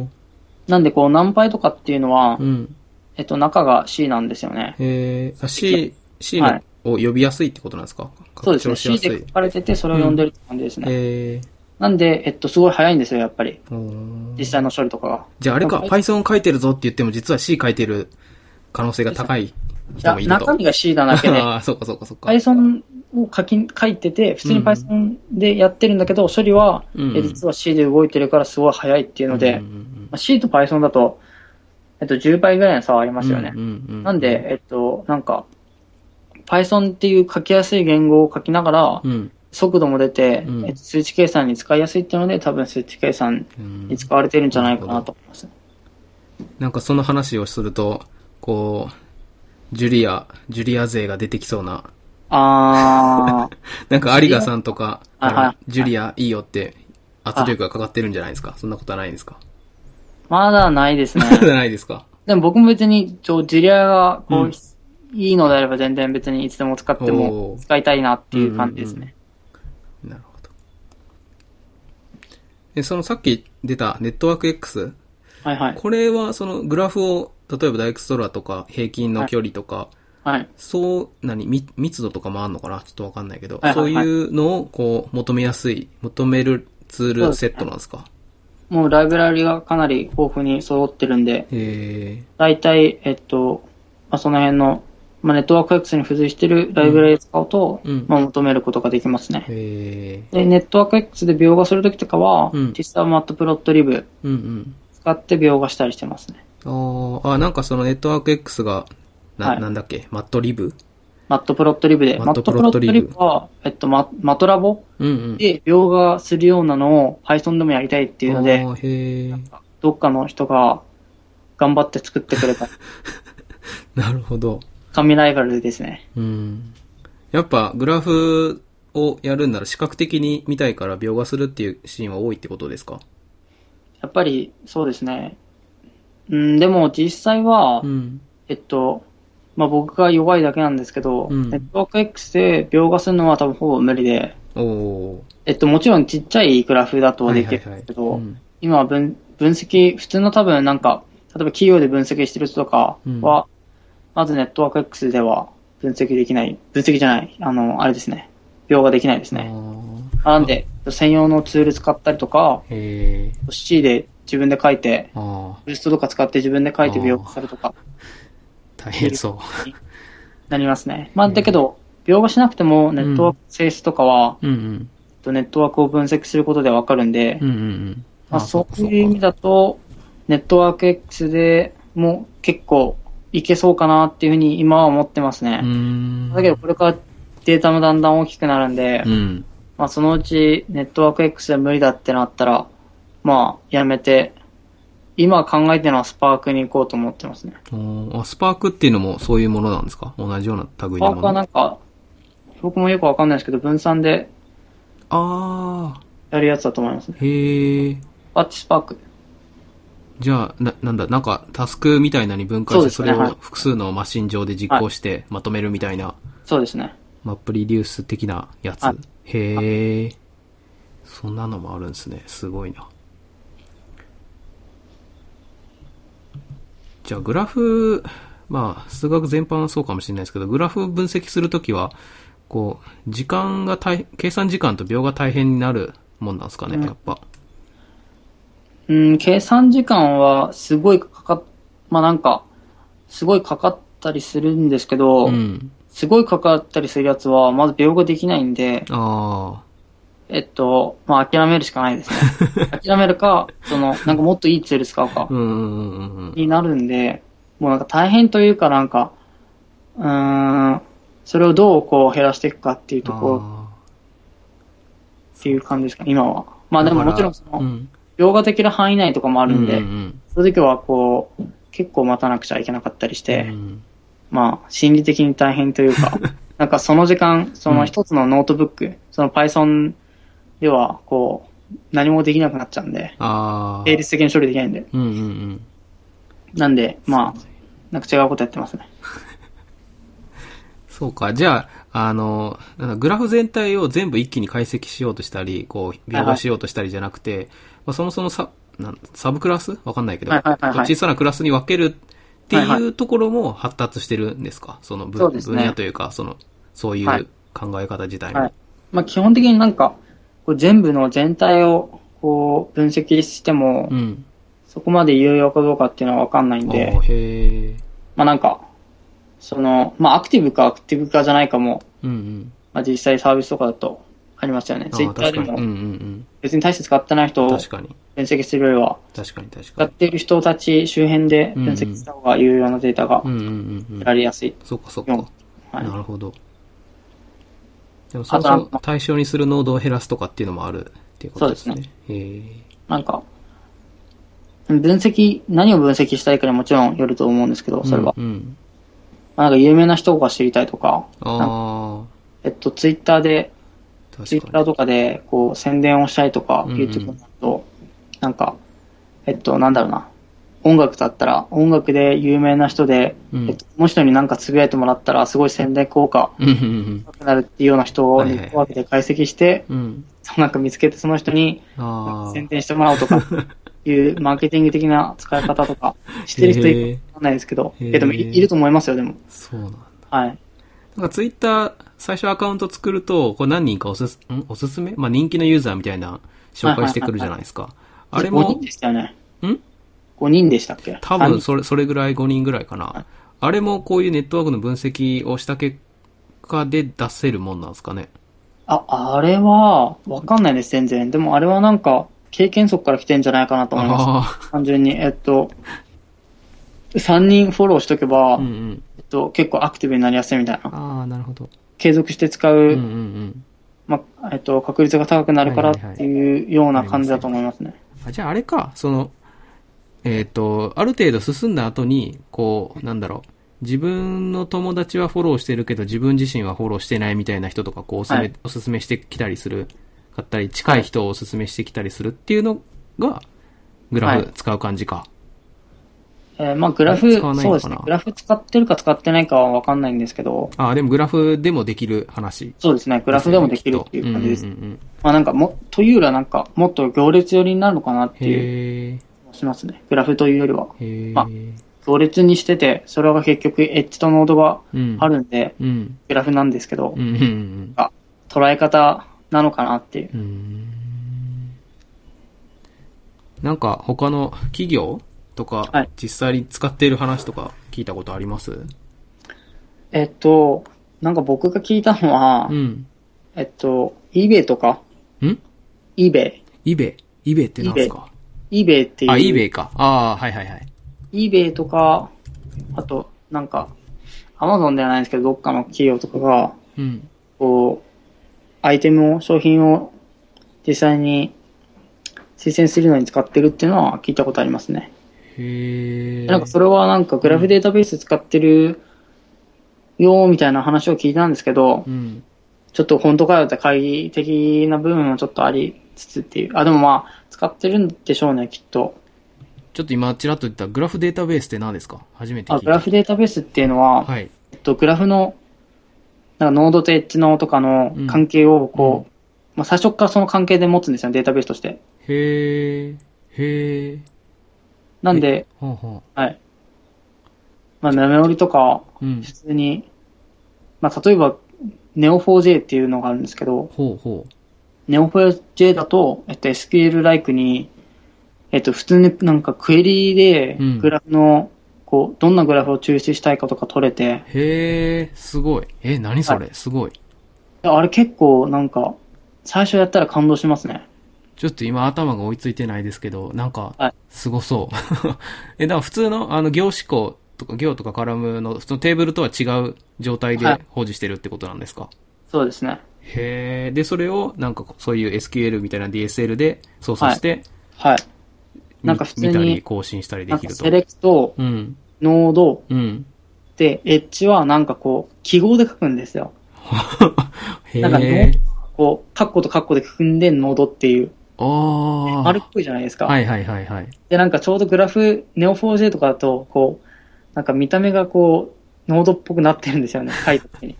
A: おー。
B: なんでこう、NumPy とかっていうのは
A: う、ん。
B: えっと、中が C なんですよね。
A: えー、あ C、C の、
B: はい
A: を呼びやすいってことなんですか
B: そう
A: 拡
B: です
A: 張
B: ね。
A: しや
B: C
A: すい。
B: で書かれてて、それを読んでるって感じですね。
A: え
B: なんで、えっと、すごい早いんですよ、やっぱり。
A: ー、おー
B: 実際の処理とかが。
A: じゃああれか、
B: なん
A: Python 書いてるぞって言っても実は C 書いてる可能性が高い
B: い
A: 人
B: や
A: もいると。
B: 中身が C なだけで、
A: ああ、 そうかそうかそうか。
B: Python を書き、書いてて、普通
A: う
B: に
A: ん
B: Python でやってるんだけど、処理は、
A: うん
B: え実は C で動いてるからすごい早いっていうので、
A: うんうん
B: まあ C と Python だと、えっと、10倍ぐらいの差はありますよね。
A: うんうんうん
B: なんで、、えっと、なんか、Python っていう書きやすい言語を書きながら、
A: うん。
B: 速度も出て、
A: うん
B: えっと数値計算に使いやすいっていうので、多分数値計算
A: うん
B: に使われてるんじゃないかなと思います。
A: なんかその話をすると、こう、ジュリア、ジュリア勢が出てきそうな、
B: あー、
A: なんか有賀さんとか、
B: はいはい
A: あのジュリアいいよって圧力がかかってるんじゃないですかそんなことはないんですか
B: まだないですね。
A: ないですか
B: でも僕も別に、ちょ、ジュリアが、こう、
A: うん
B: いいのであれば全然別にいつでも使って
A: お
B: も
A: ー
B: 使いたいなっていう感じですね。
A: なるほど。で、そのさっき出たネットワーク X。
B: はいはい。
A: これはそのグラフを、例えばダイエクストラとか平均の距離とか、
B: はい。
A: そう、何、密密度とかもあんのかなちょっとわかんないけど、
B: はいはいは
A: そう
B: い
A: いうのをこう求めやすい、求めるツールセットなんですか
B: もうライブラリがかなり豊富に揃ってるんで、
A: へ
B: 大体、えっと、まあ、その辺の、まあ、ネットワーク X に付随してるライブラリを使うと、
A: うん
B: まあ、求めることができますね
A: え。。へえ。
B: で、ネットワーク X で描画するときとかは、
A: うん
B: 実際はマットプロットリブ
A: うんうん。
B: 使って描画したりしてますね。
A: あーあ、なんかそのネットワーク X が、な、
B: はい
A: なんだっけマットリブ
B: マットプロットリブで、
A: マ
B: マ
A: ッ
B: ッ
A: ト
B: ト
A: プ
B: プ
A: ロ
B: ロ
A: ット
B: ット
A: リブ
B: リブは、えっと、ママトラボ
A: うんうん。
B: で描画するようなのを Python でもやりたいっていうので、
A: あーへえ。
B: どっかの人が頑張って作ってく れた
A: なるほど。
B: 神ライバルですね。
A: うん。やっぱグラフをやるんなら視覚的に見たいから描画するっていうシーンは多いってことですか
B: やっぱりそうですね。うん、でも実際は、
A: うん。
B: えっと、まあ僕が弱いだけなんですけど、
A: うん
B: ネットワーク X で描画するのは多分ほぼ無理で、
A: おお
B: えっと、もちろんちっちゃいグラフだと
A: ー。
B: は
A: はい
B: で
A: は
B: き
A: い
B: るん
A: はい
B: ですけ。ど、
A: うん
B: 今は分分析、普通の多分なんか、例えば企業で分析してる人とかは、まずネットワーク X では分析できない、分析じゃない、あの、あれですね、描画できないです
A: あ
B: ね。
A: ー
B: なんで、専用のツール使ったりとか、
A: へえ。
B: C で自分で書いて、
A: ああ、
B: ブーストとか使って自分で書いて描画するとか
A: 大変そ
B: なりますね。まあ、だけど、描画しなくてもネットワーク性質とかは、
A: う。うん
B: ネットワークを分析することでわかるんで、
A: うん。うんうんうん。
B: まあ、そ
A: っか
B: う
A: っか
B: いう意味だと、ネットワーク X でも結構いけそうかなっていうふうに今は思ってます
A: うー
B: ね。
A: ん。
B: だけどこれからデータもだんだん大きくなるんで、
A: うん。
B: まあそのうちネットワーク X で無理だってなったら、まあやめて、今考えてるのはスパークに行こうと思ってますね。
A: おーあ、スパークっていうのもそういうものなんですか同じような類の
B: スパ
A: も
B: ーク
A: の。
B: はなんか、僕もよくわかんないですけど、分散で
A: あ
B: やるやつだと思いますね。
A: あ、へえ。
B: パッチスパーク。
A: じゃあ、な、なんだ、なんか、タスクみたいなに分解して、
B: そ
A: そう
B: で
A: れ
B: すね
A: を
B: はい
A: 複数のマシン上で実行してまとめるみたいな、
B: そうですね。
A: マップリデュース的なやつ
B: はい。
A: へえ。そんなのもあるんですね。すごいな。じゃあ、グラフ、まあ、数学全般はそうかもしれないですけど、グラフ分析するときは、こう、時間が大、計算時間と秒が大変になるもんなんですかね、
B: うん
A: やっぱ。
B: うん、計算時間はすごいかかっ、まあなんか、すごいかかったりするんですけど、
A: うん。
B: すごいかかったりするやつは、まず秒ができないんで、
A: あ
B: えっと、まあ諦めるしかないです ね。諦めるか、その、なんかもっといいツール使うか
A: あ、う、んうんうんうんうん。
B: になるんで、もうなんか大変というかなんか、うーん、それをどうこう減らしていくかっていうところ
A: あ
B: っていう感じですかね、今は。まあでももちろんそ
A: ーう
B: の、
A: ん。
B: 秒ができる範囲内とかもあ
A: あ
B: るんで、
A: うんうん
B: そういう時はこう、結構待たなくちゃいけなかったり
A: う
B: し
A: ん
B: て、
A: うん
B: まあ、心理的に大変という か、なんかその時間、その一つのノートブック、その Python では、こう、何もできなくなっちゃうんで、
A: ああ。
B: 並列的に処理できないんで、
A: うんうんうん。
B: なんで、まあ、なんか違うことやってますね。
A: そうか。じゃあ、あの、なんだグラフ全体を全部一気に解析しようとしたり、こう、描画しようとしたりじゃなくて、まあ、そもそもサなんサブクラスわかんないけど、
B: はいはいはいはい
A: 小さなクラスに分けるって
B: はい
A: い
B: は
A: うところも発達してるんですかその分
B: そうですね
A: 分野というか、その、そうい
B: は
A: う
B: い
A: 考え方自体も。
B: はい。まあ、基本的になんか、こう全部の全体を、こう、分析しても、
A: うん。
B: そこまで有用かどうかっていうのはわかんないん
A: お
B: で
A: ー、へー
B: まあなんか、その、まあ、アクティブかアクティブかじゃないかも、
A: うんうん。
B: まあ、実際サービスとかだとありましたよね。
A: あ
B: ツイ
A: ー
B: ッター
A: 確
B: で
A: かに。うんう
B: も、
A: ん
B: 別に大して使ってない人
A: うん。
B: を
A: 確かに。
B: 分析するよりは、
A: 確かに確
B: 使
A: か
B: っ
A: に。
B: ている人たち周辺で分析した方が有用なデータが
A: うんうんうんうん
B: 得。られやすい。
A: そうかそう
B: う
A: か
B: ん。はい
A: なるほど。でも、そもそ
B: あ
A: も
B: とは
A: 対象にする濃度を減らすとかっていうのもあるっていうことですね。
B: そう
A: へ
B: なんか、分析、何を分析したいかにもちろんよると思うんですけど、
A: え。
B: それは。
A: うん、うん。
B: まあなんか有名な人が知りたいとか、
A: あ
B: えっと、ツイッターで、
A: あ、
B: ツイ
A: 確
B: ッタ
A: か
B: ーとかで、こう、宣伝をしたいとか、
A: うんうん
B: いうとこになると、なんか、えっと、なんだろうな。音楽だったら、音楽で有名な人で、
A: うん
B: えっと、この人になんかつぶやいてもらったら、すごい宣伝効果
A: に。うんうん
B: 高くなるっていうような人を
A: はい
B: ネ
A: はいはい
B: ットワークで解析して、
A: うん。うん。
B: なんか見つけてその人に
A: ああ。
B: 宣伝してもらおう とか、いうマーケティング的な使い方とか、してる人い
A: へ
B: る
A: え
B: かわかんないですけど、
A: へえ
B: えでもいいると思いますよ、でも。
A: そうなんだ。
B: はい。
A: なんかツイッター、最初アカウント作ると、こう何人かおすす、んおすすめまあ人気のユーザーみたいな紹介してくるじゃないですか。あれ
B: 5
A: も
B: 人で、したよね。
A: ん
B: ?5 人でしたっけ
A: 多
B: 三
A: 分
B: 人
A: それ、それぐらい5人ぐらいかな。あれもこういうネットワークの分析をした結果で出せるもんなんですかね。
B: あ、あれは、わかんないです、全然。でもあれはなんか、経験則から来てんじゃないかなと思いま
A: あ
B: す。単純に。えっと、3人フォローしとけば、
A: あ。うんうん。
B: えっと、結構アクティブになりやすいみたいな。
A: ああ、なるほど。
B: 継続して使う、
A: うんうんうん。
B: まあ、えっと、確率が高くなるから
A: はいはいはい
B: っていうような感じだと思いますね。
A: あじゃああれか、その、えっ、と、ある程度進んだ後に、こう、なんだろう、自分の友達はフォローしてるけど、自分自身はフォローしてないみたいな人とか、こう、おすすめ、
B: はい
A: おすすめしてきたりする、かったり、近い人をおすすめしてきたりするっていうのが、グラ
B: は
A: フ使う感じか。
B: えーまあ、グラフ、
A: 使わない
B: そう
A: のか
B: です
A: な
B: ね。グラフ使ってるか使ってないかはわかんないんですけど、
A: あ、でもグラフでもできる話。
B: そうですね。グラフでもできるっていう感じです。
A: うんうんうん
B: まあ、なんかも、というよりはなんか、もっと行列寄りになるのかなっていう
A: へえ。
B: 気もしますね。グラフというよりは。
A: へえ。
B: まあ行列にしてて、それが結局エッジとノードが
A: うん。
B: あるんで、
A: うん。
B: グラフなんですけど
A: う、ん。うん。
B: 捉え方なのかなっていう。
A: うんうん。なんか他の企業と
B: は
A: か
B: い、
A: 実際に使っている話とか聞いたことあります
B: えっと、なんか僕が聞いたのは、
A: うん。
B: えっと、eBay とか、
A: ん
B: eBay。
A: イベイベってなんですか
B: eBay っていう。
A: あ、イベイか。ああ、はいはいはい。
B: eBay とか、あと、なんか、Amazon ではないんですけど、どっかの企業とかが、
A: うん。
B: こう、アイテムを、商品を実際に推薦するのに使ってるっていうのは聞いたことありますね。
A: へえ。
B: なんかそれはなんかグラフデータベース使ってるよみたいな話を聞いたんですけど、
A: うん。
B: ちょっと本当かよって懐疑的な部分もちょっとありつつっていう。あ、でもまあ、使ってるんでしょうね、きっと。
A: ちょっと今、ちらっと言ったグラフデータベースって何ですか初めて聞
B: あ
A: いた。
B: グラフデータベースっていうのは、
A: はい。
B: えっと、グラフの、なんかノードとエッジのとかの関係をこう、まあ最初からその関係で持つんですよね、データベースとして。
A: へえ。へえ。
B: なんで、
A: はあはあ。
B: はい。まあ、メモリとか、
A: うん
B: 普。通に、まあ、例えば、Neo4j っていうのがあるんですけど、
A: ほうほ
B: Neo4j だと、えっと、SQL-like に、えっと、普通になんかクエリで
A: うん、
B: グラフの、こう、どんなグラフを抽出したいかとか取れて、
A: う。へえ、すごい。え、何それすごい。
B: あれ結構なんか、最初やったら感動しますね。
A: ちょっと今頭が追いついてないですけど、なん
B: は
A: か
B: い、
A: すごそう。 え、だから普通の、あの、行思考とか、行とかカラムの、そのテーブルとは違う状態
B: は
A: で
B: い
A: 保持してるってことなんですか、
B: そうですね。
A: へえ。で、それを、なんか、そういう SQL みたいな DSL で操作して、
B: はい。
A: み
B: なんか普通に
A: 見たり更新したりで
B: なん
A: き
B: か
A: ると
B: セ。レクト、
A: うん。
B: ノード、
A: うん。
B: で、エッジはなんかこう、記号で書くんですよ。
A: へ
B: なんかノ
A: え
B: ー。こう、カッコとカッコで組んでノードっていう、
A: ああ。
B: 丸っこいじゃないですか。
A: はいはいはいはい。
B: で、なんかちょうどグラフ、ネオ 4J とかだと、こう、なんか見た目がこう、ノードっぽくなってる んですよね、書いた時に。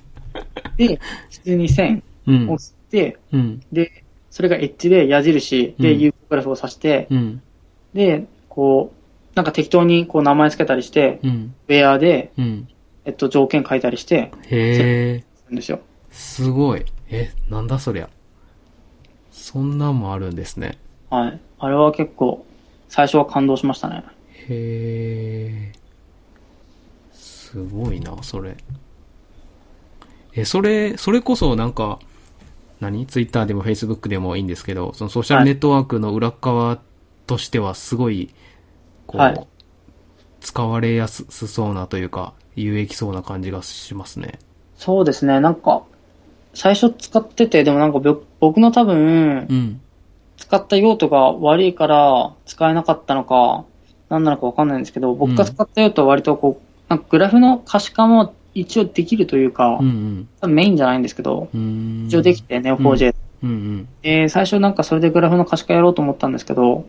B: で、普通に線
A: う
B: を
A: ん
B: 押。して、
A: うん。
B: で、それがエッジで矢印で
A: うん
B: U グラフを指して、
A: うん。
B: で、こう、なんか適当にこう名前つけたりして、
A: うん。
B: ウェアで、
A: うん。
B: えっと、条件書いたりして、
A: へえ。
B: るんですよ。
A: すごい。え、なんだそりゃ。そんなんもあるんですね。
B: はい。あれは結構、最初は感動しましたね。
A: へえ。すごいな、それ。え、それ、それこそなんか、何ツイッターでもフェイスブックでもいいんですけど、そのソーシャルネットワークの裏側としてはすごい、こう、
B: はい
A: 使われやすそうなというか、有益そうな感じがしますね。
B: そうですね、なんか、最初使ってて、でもなんか僕僕の多分
A: う、ん。
B: 使った用途が悪いから使えなかったのか、何なのかわかんないんですけど、僕が使った用途は割とこう、なんかグラフの可視化も一応できるというか、
A: うん
B: 多分メインじゃないんですけど、
A: うん。うーん。
B: 一応できて、Neo4j。
A: うんうん。
B: で、最初なんかそれでグラフの可視化やろうと思ったんですけど、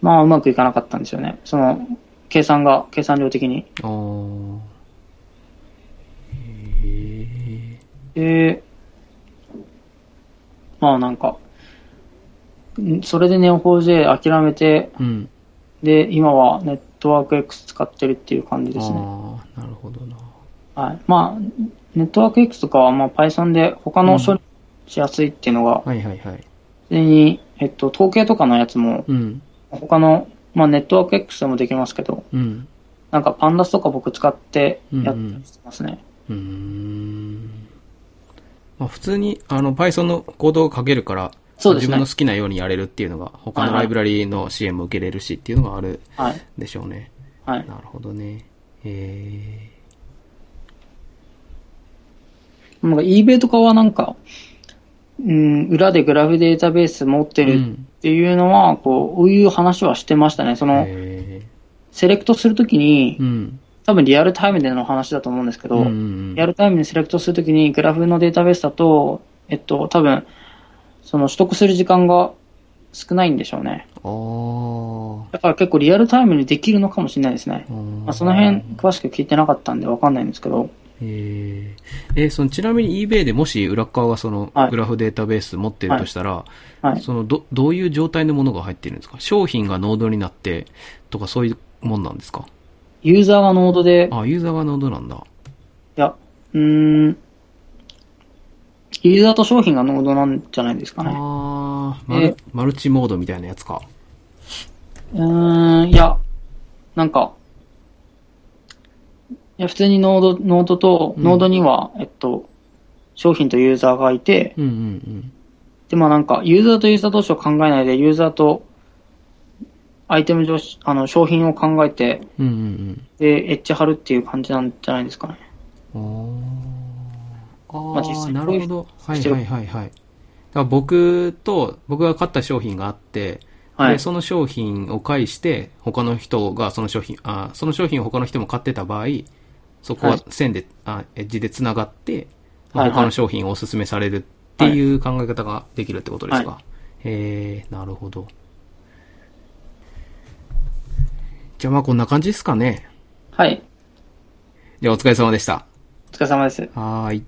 B: まあうまくいかなかったんですよね。その、計算が、計算量的に。
A: あーへえ。
B: で、まあなんか、んそれで Neo4j 諦めて、
A: うん。
B: で、今はネットワーク X 使ってるっていう感じですね。
A: ああ、なるほどな。
B: はい。まあ、ネットワーク X とかはまあ Python で他の処理しやすいっていうのが、
A: はいはいはい。
B: 普通に、えっと、統計とかのやつも、
A: うん、
B: 他の、まあネットワーク X でもできますけど、
A: うん、
B: なんかパンダスとか僕使ってやったりしてますね。
A: うーん。まあ普通に、あの、Python のコードを書けるから、
B: そうです
A: 自
B: ね
A: 分の好きなようにやれるっていうのが、他のライブラリの支援も受けれるしっていうのがある
B: はい。
A: でしょうね。
B: はい。
A: なるほどね。え
B: なんか eBay とかはなんか、うん、裏でグラフデータベース持って
A: ー。う
B: る
A: ん。
B: っていうのは、こう、こういう話はしてましたね。その、
A: え
B: セレクトするときに
A: ー。う、ん。
B: 多分リアルタイムでの話だと思うんです
A: う
B: けど、
A: んうん
B: リアルタイムにセレクトするときに、グラフのデータベースだと、えっと、多分、その取得する時間が少ないんでしょうね。
A: あー
B: だから結構リアルタイムにできるのかもしれないですね
A: あ。ー。
B: まあ、その辺詳しく聞いてなかったんでわかんないんですけど、
A: えーえそのちなみに eBay でもし裏側がその
B: はい
A: グラフデータベース持ってるとしたら、
B: はい。
A: そのどどういう状態のものが入ってるんですか商品がノードになってとかそういうもんなんですか
B: ユーザーがノードで、
A: あユーザーがノードなんだ
B: いや、うーん、ユーザーと商品がノードなんじゃないですかね。
A: あーマル
B: え
A: マルチモードみたいなやつか
B: うーん、いや、なんか、いや、普通にノード、ノードと、
A: うん
B: ノードには、えっと、商品とユーザーがいて、
A: うんうん
B: で、まあなんか、ユーザーとユーザー同士を考えないで、ユーザーと、アイテム上、あの、商品を考えて、
A: うんうんうん
B: で、エッジ貼るっていう感じなんじゃないですかね。
A: うんあーあ
B: まあ実
A: ー
B: 際
A: なるほど
B: う
A: はいいうはいはいはいだから僕と僕が買った商品があって
B: はい
A: で、。その商品を介して、他の人がその商品、あその商品を他の人も買ってた場合、そこ
B: は
A: はい線で、あエッジで繋がって、まあ
B: はいはい
A: 他の商品をお勧めされるっていう考え方ができるってことですか。
B: は
A: へえなるほど。じゃあまあこんな感じですかね。
B: はい。
A: じゃあお疲れ様でした。
B: お疲れ様です。
A: はーい。